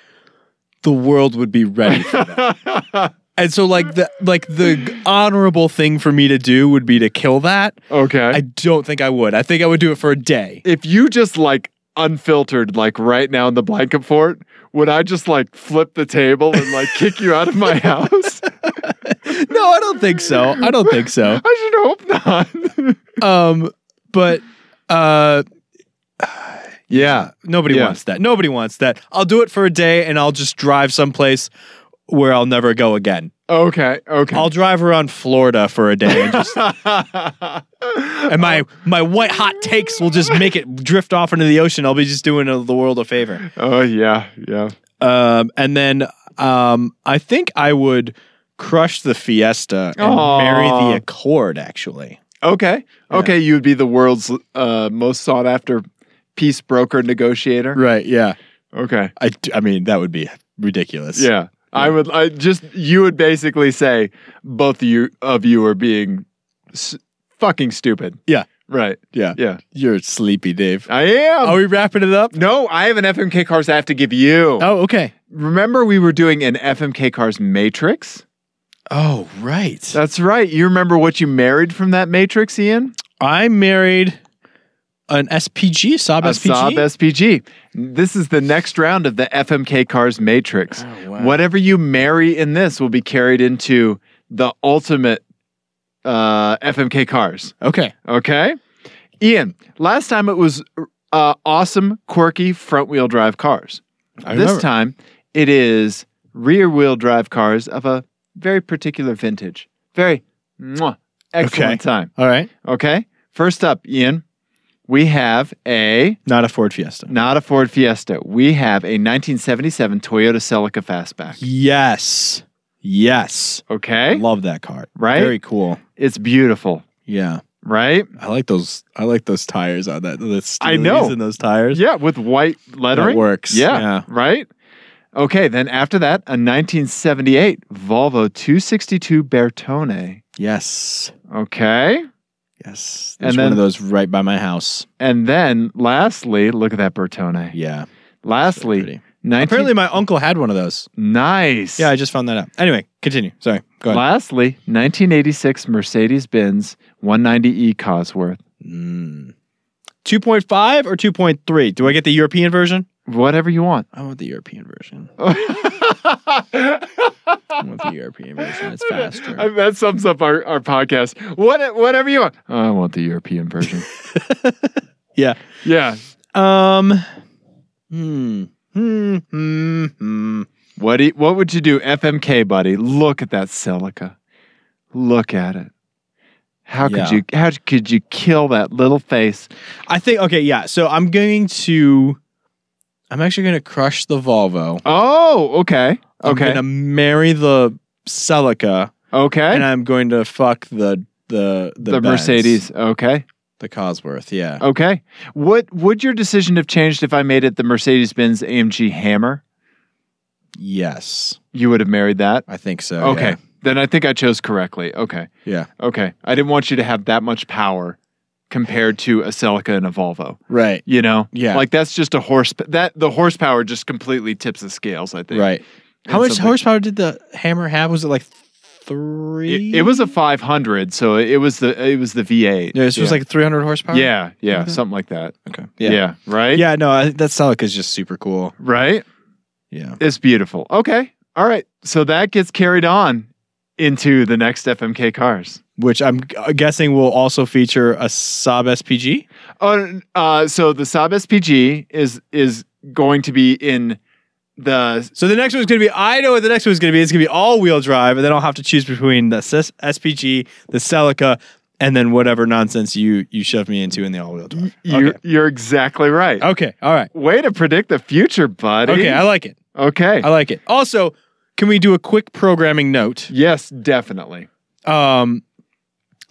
A: the world would be ready for that. and so like the like the honorable thing for me to do would be to kill that.
B: okay.
A: I don't think I would. I think I would do it for a day.
B: if you just like unfiltered, like right now in the blanket fort, would I just like flip the table and like kick you out of my house?
A: No, I don't think so. I don't think so.
B: I should hope not.
A: Um but uh
B: yeah.
A: nobody
B: Yeah.
A: wants that. Nobody wants that. I'll do it for a day and I'll just drive someplace where I'll never go again.
B: Okay. Okay.
A: I'll drive around Florida for a day and just and my my white hot takes will just make it drift off into the ocean. I'll be just doing uh, the world a favor.
B: oh yeah, yeah.
A: Um, and then um, I think I would crush the Fiesta and
B: Aw.
A: marry the Accord. Actually,
B: Okay.
A: Yeah.
B: Okay, you would be the world's uh, most sought after peace broker negotiator.
A: right? Yeah.
B: Okay.
A: I d- I mean that would be ridiculous.
B: Yeah. I would I just you would basically say both of you of you are being s- fucking stupid.
A: Yeah.
B: Right.
A: Yeah.
B: Yeah. Oh.
A: You're sleepy, Dave.
B: I am.
A: Are we wrapping it up?
B: no, I have an FMK cars I have to give you.
A: Oh, okay.
B: Remember we were doing an FMK cars matrix?
A: Oh, right.
B: That's right. You remember what you married from that matrix, Ian?
A: I married an SPG, Saab
B: a
A: SPG.
B: Saab SPG. This is the next round of the FMK Cars Matrix.
A: Oh, wow.
B: Whatever you marry in this will be carried into the ultimate uh, FMK Cars.
A: Okay.
B: Okay? Ian, last time it was uh, awesome, quirky front wheel drive cars.
A: I
B: this
A: remember.
B: time it is rear wheel drive cars of a very particular vintage. Very mwah, excellent time.
A: All right.
B: Okay? First up, Ian, we have a.
A: Not a Ford Fiesta.
B: Not a Ford Fiesta. We have a 1977 Toyota Celica Fastback.
A: Yes. Yes.
B: Okay.
A: Love that card.
B: Right?
A: Very cool.
B: It's beautiful,
A: Yeah.
B: right?
A: I like those I like those tires on that. The steel
B: I know.
A: leaves in those tires.
B: Yeah, with white
A: That
B: lettering.
A: works.
B: Yeah, Right? Okay, then after that, a 1978 Volvo 262 Bertone.
A: Yes.
B: Okay.
A: Yes.
B: And
A: There's one
B: then-
A: of those right by my house.
B: And then lastly, look at that Bertone.
A: Yeah. so
B: Lastly,
A: pretty.
B: 19-
A: Apparently my uncle had one of those.
B: nice.
A: Yeah, I just found that out. Anyway, continue. Sorry. Go ahead.
B: Lastly, 1986 Mercedes Benz 190E E Cosworth.
A: Mm. 2.5 or 2.3? Do I get the European version?
B: Whatever you want.
A: I want the European version. I want the European version. It's faster.
B: I- that sums up our, our podcast. What whatever you want. Oh, I want the European version.
A: Yeah.
B: yeah.
A: Um. Hmm. Hmm. Hmm. hmm.
B: What do you- what would you do, FMK buddy? Look at that Celica. Look at it. How could
A: Yeah.
B: you how could you kill that little face?
A: I think. Okay. Yeah. So I'm going to. I'm actually going to crush the Volvo.
B: Oh, okay.
A: I'm
B: Okay.
A: going to marry the Celica,
B: okay.
A: and I'm going to fuck the the the,
B: the
A: Benz,
B: Mercedes. Oh. Okay.
A: the Cosworth. Yeah.
B: Okay. What would your decision have changed if I made it the Mercedes Benz AMG Hammer?
A: Yes,
B: You would have married that.
A: I think so.
B: Okay.
A: Oh, yeah.
B: Then I think I chose correctly. Okay.
A: Yeah.
B: Okay. I didn't want you to have that much power compared to a Celica and a Volvo.
A: Right.
B: You know?
A: Yeah.
B: Like that's just a horse that the horsepower just completely tips the scales, I think.
A: Right. How
B: And
A: much
B: something-
A: horsepower did the Hammer have? Was it like three?
B: It, it was a 500, so it was the it was the V8.
A: Yeah, this was
B: yeah.
A: like 300 horsepower.
B: Yeah, yeah,
A: Okay.
B: something like that.
A: Okay.
B: Yeah.
A: Yeah. Yeah.
B: right?
A: no, I, that Celica's just super cool.
B: Right?
A: Yeah.
B: It's beautiful. Okay. All right. So that gets carried on into the next FMK cars.
A: which I'm g- guessing will also feature a Saab SPG.
B: Oh, uh, so the Saab SPG is is going to be in the
A: So the next one's going to be, I know what the next one's going to be. It's going to be all wheel drive, and then I'll have to choose between the S- SPG, the Celica, and then whatever nonsense you you shove me into in the all wheel drive.
B: you're,
A: Okay.
B: you're exactly right.
A: okay. All right.
B: Way to predict the future, buddy.
A: Okay. I like it.
B: okay.
A: I like it. Also, can we do a quick programming note?
B: yes, definitely.
A: Um,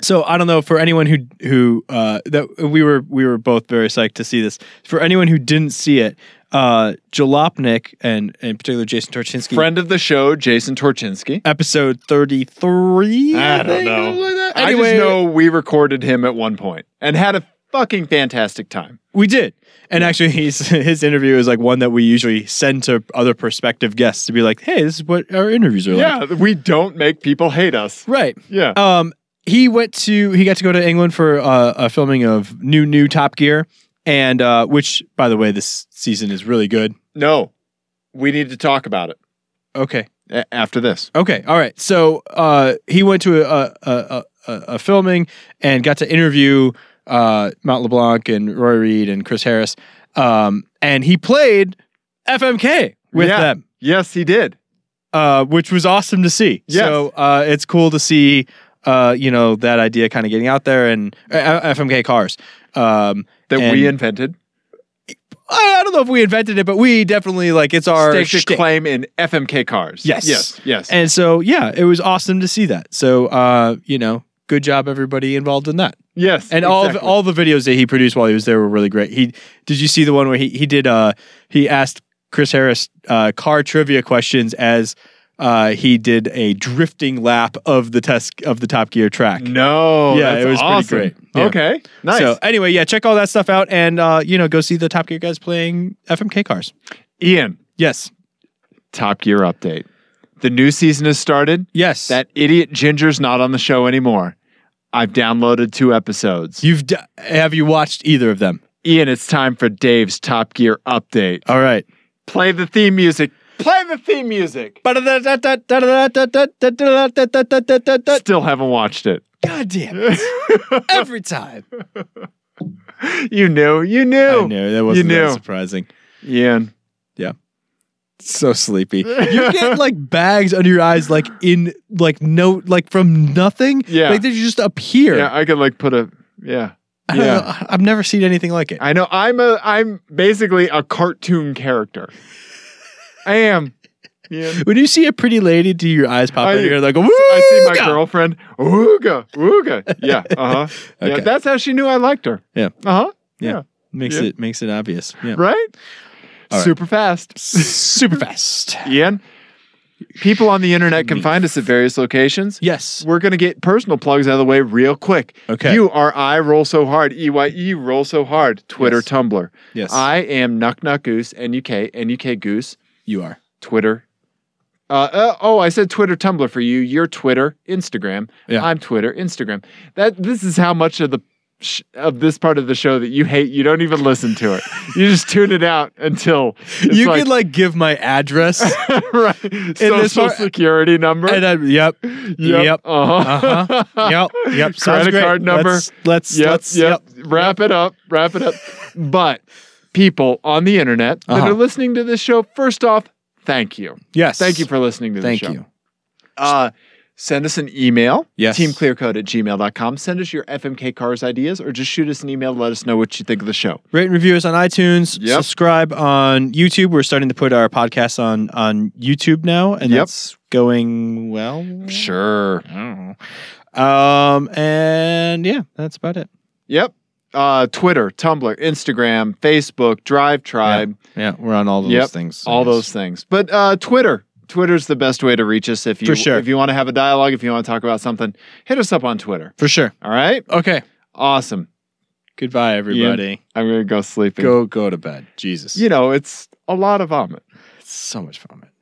A: so I don't know for anyone who who uh, that we were we were both very psyched to see this. For anyone who didn't see it, uh, Jalopnik and in particular Jason Torchinski,
B: Friend of the show, Jason Torchinsky.
A: episode thirty three.
B: I don't know. I
A: Anyway,
B: just know we recorded him at one point and had a fucking fantastic time.
A: we did. And actually, he's, his interview is like one that we usually send to other prospective guests to be like, "Hey, this is what our interviews are like."
B: Yeah, we don't make people hate us.
A: Right.
B: Yeah.
A: Um, he went to he got to go to England for uh, a filming of new new Top Gear, and uh, which by the way, this season is really good.
B: No, we need to talk about it
A: Okay,
B: a- after this.
A: okay, all right. So uh, he went to a a, a, a a filming and got to interview uh, Mount LeBlanc and Roy Reed and Chris Harris, um, and he played FMK with
B: Yeah.
A: them.
B: Yes, he did.
A: uh, which was awesome to see.
B: Yes.
A: So uh, it's cool to see, uh, you know, that idea kind of getting out there and uh, FMK cars. Um,
B: That
A: And-
B: we invented.
A: I, I don't know if we invented it, but we definitely like it's our
B: Staked a
A: shtick.
B: claim in FMK cars.
A: Yes.
B: Yes. Yes.
A: And so yeah, it was awesome to see that. So uh, you know, good job everybody involved in that.
B: yes.
A: And all of,
B: exactly.
A: all the videos that he produced while he was there were really great. He did you see the one where he he did uh he asked Chris Harris uh, car trivia questions as uh, he did a drifting lap of the test of the Top Gear track.
B: No.
A: Yeah,
B: that's
A: it was pretty
B: awesome.
A: great. Yeah.
B: Okay. Nice.
A: So anyway, yeah, check all that stuff out, and uh, you know, go see the Top Gear guys playing FMK cars.
B: Ian,
A: Yes,
B: Top Gear update. The new season has started.
A: yes.
B: That idiot Ginger's not on the show anymore. I've downloaded two episodes.
A: you've d- have you watched either of them?
B: Ian, it's time for Dave's Top Gear update.
A: All right.
B: Play the theme music. Play the theme music.
A: God
B: Still haven't watched it.
A: damn it! Every time.
B: you knew. You
A: I
B: knew.
A: knew that wasn't
B: You
A: that
B: knew.
A: surprising.
B: Ian.
A: So sleepy. You get like bags under your eyes, like in like no, like from nothing.
B: Yeah.
A: like they just appear.
B: Yeah, I could like put a yeah.
A: I don't
B: yeah.
A: know. I've never seen anything like it.
B: I know I'm a I'm basically a cartoon character. I am. Ian.
A: When you see a pretty lady, do your eyes pop
B: I-
A: out? You're like,
B: I see my
A: "Wooga!"
B: girlfriend. Ooga, ooga. Yeah. Uh huh.
A: Okay.
B: Yeah, that's how she knew I liked her.
A: Yeah.
B: Uh huh.
A: Makes
B: Yeah.
A: it makes it obvious. Yeah.
B: Right?
A: All right.
B: Super fast.
A: Super fast.
B: Ian, people on the internet can find us at various locations.
A: Yes.
B: We're going to get personal plugs out of the way real quick.
A: Okay.
B: You are I Roll So Hard, EYE Roll So Hard, Twitter,
A: Yes.
B: Tumblr.
A: Yes.
B: I am Nuck Nuck Goose, NUK, NUK Goose,
A: you are.
B: Twitter. Uh, uh, oh, I said Twitter, Tumblr for you. You're Twitter, Instagram.
A: Yeah.
B: I'm Twitter, Instagram. That this is how much of the sh- of this part of the show that you hate. You don't even listen to it. you just tune it out until it's
A: you could like give my address
B: right social
A: this part-
B: security number.
A: and I, yep.
B: yep.
A: yep.
B: Uh-huh.
A: Yep. Yep. Sounds
B: Credit
A: great.
B: card number.
A: Let's let's,
B: Yep,
A: let's
B: yep. Wrap it up. Wrap it up. but people on the internet that
A: Uh-huh.
B: are listening to this show, first off, thank you.
A: Yes.
B: Thank you for listening to
A: Thank
B: the show.
A: you.
B: Uh, send us an email,
A: Yes.
B: teamclearcode at gmail.com. Send us your FMK Cars ideas or just shoot us an email. Let us know what you think of the show.
A: Rate and review us on iTunes.
B: Yep.
A: Subscribe on YouTube. We're starting to put our podcasts on on YouTube now, and
B: Yep.
A: that's going well.
B: Sure.
A: Um. And yeah, that's about it.
B: Yep. Uh, Twitter, Tumblr, Instagram, Facebook, Drive Tribe,
A: Yeah, we're on all those
B: Yep.
A: things.
B: all
A: I guess.
B: those things. But uh, Twitter. Twitter's the best way to reach us if you
A: For sure.
B: if you want to have a dialogue, if you want to talk about something, hit us up on Twitter.
A: for sure.
B: All right?
A: Okay.
B: Awesome.
A: Goodbye, everybody.
B: I'm gonna go sleeping.
A: Go go to bed. Jesus.
B: You know, it's a lot of vomit.
A: So much vomit.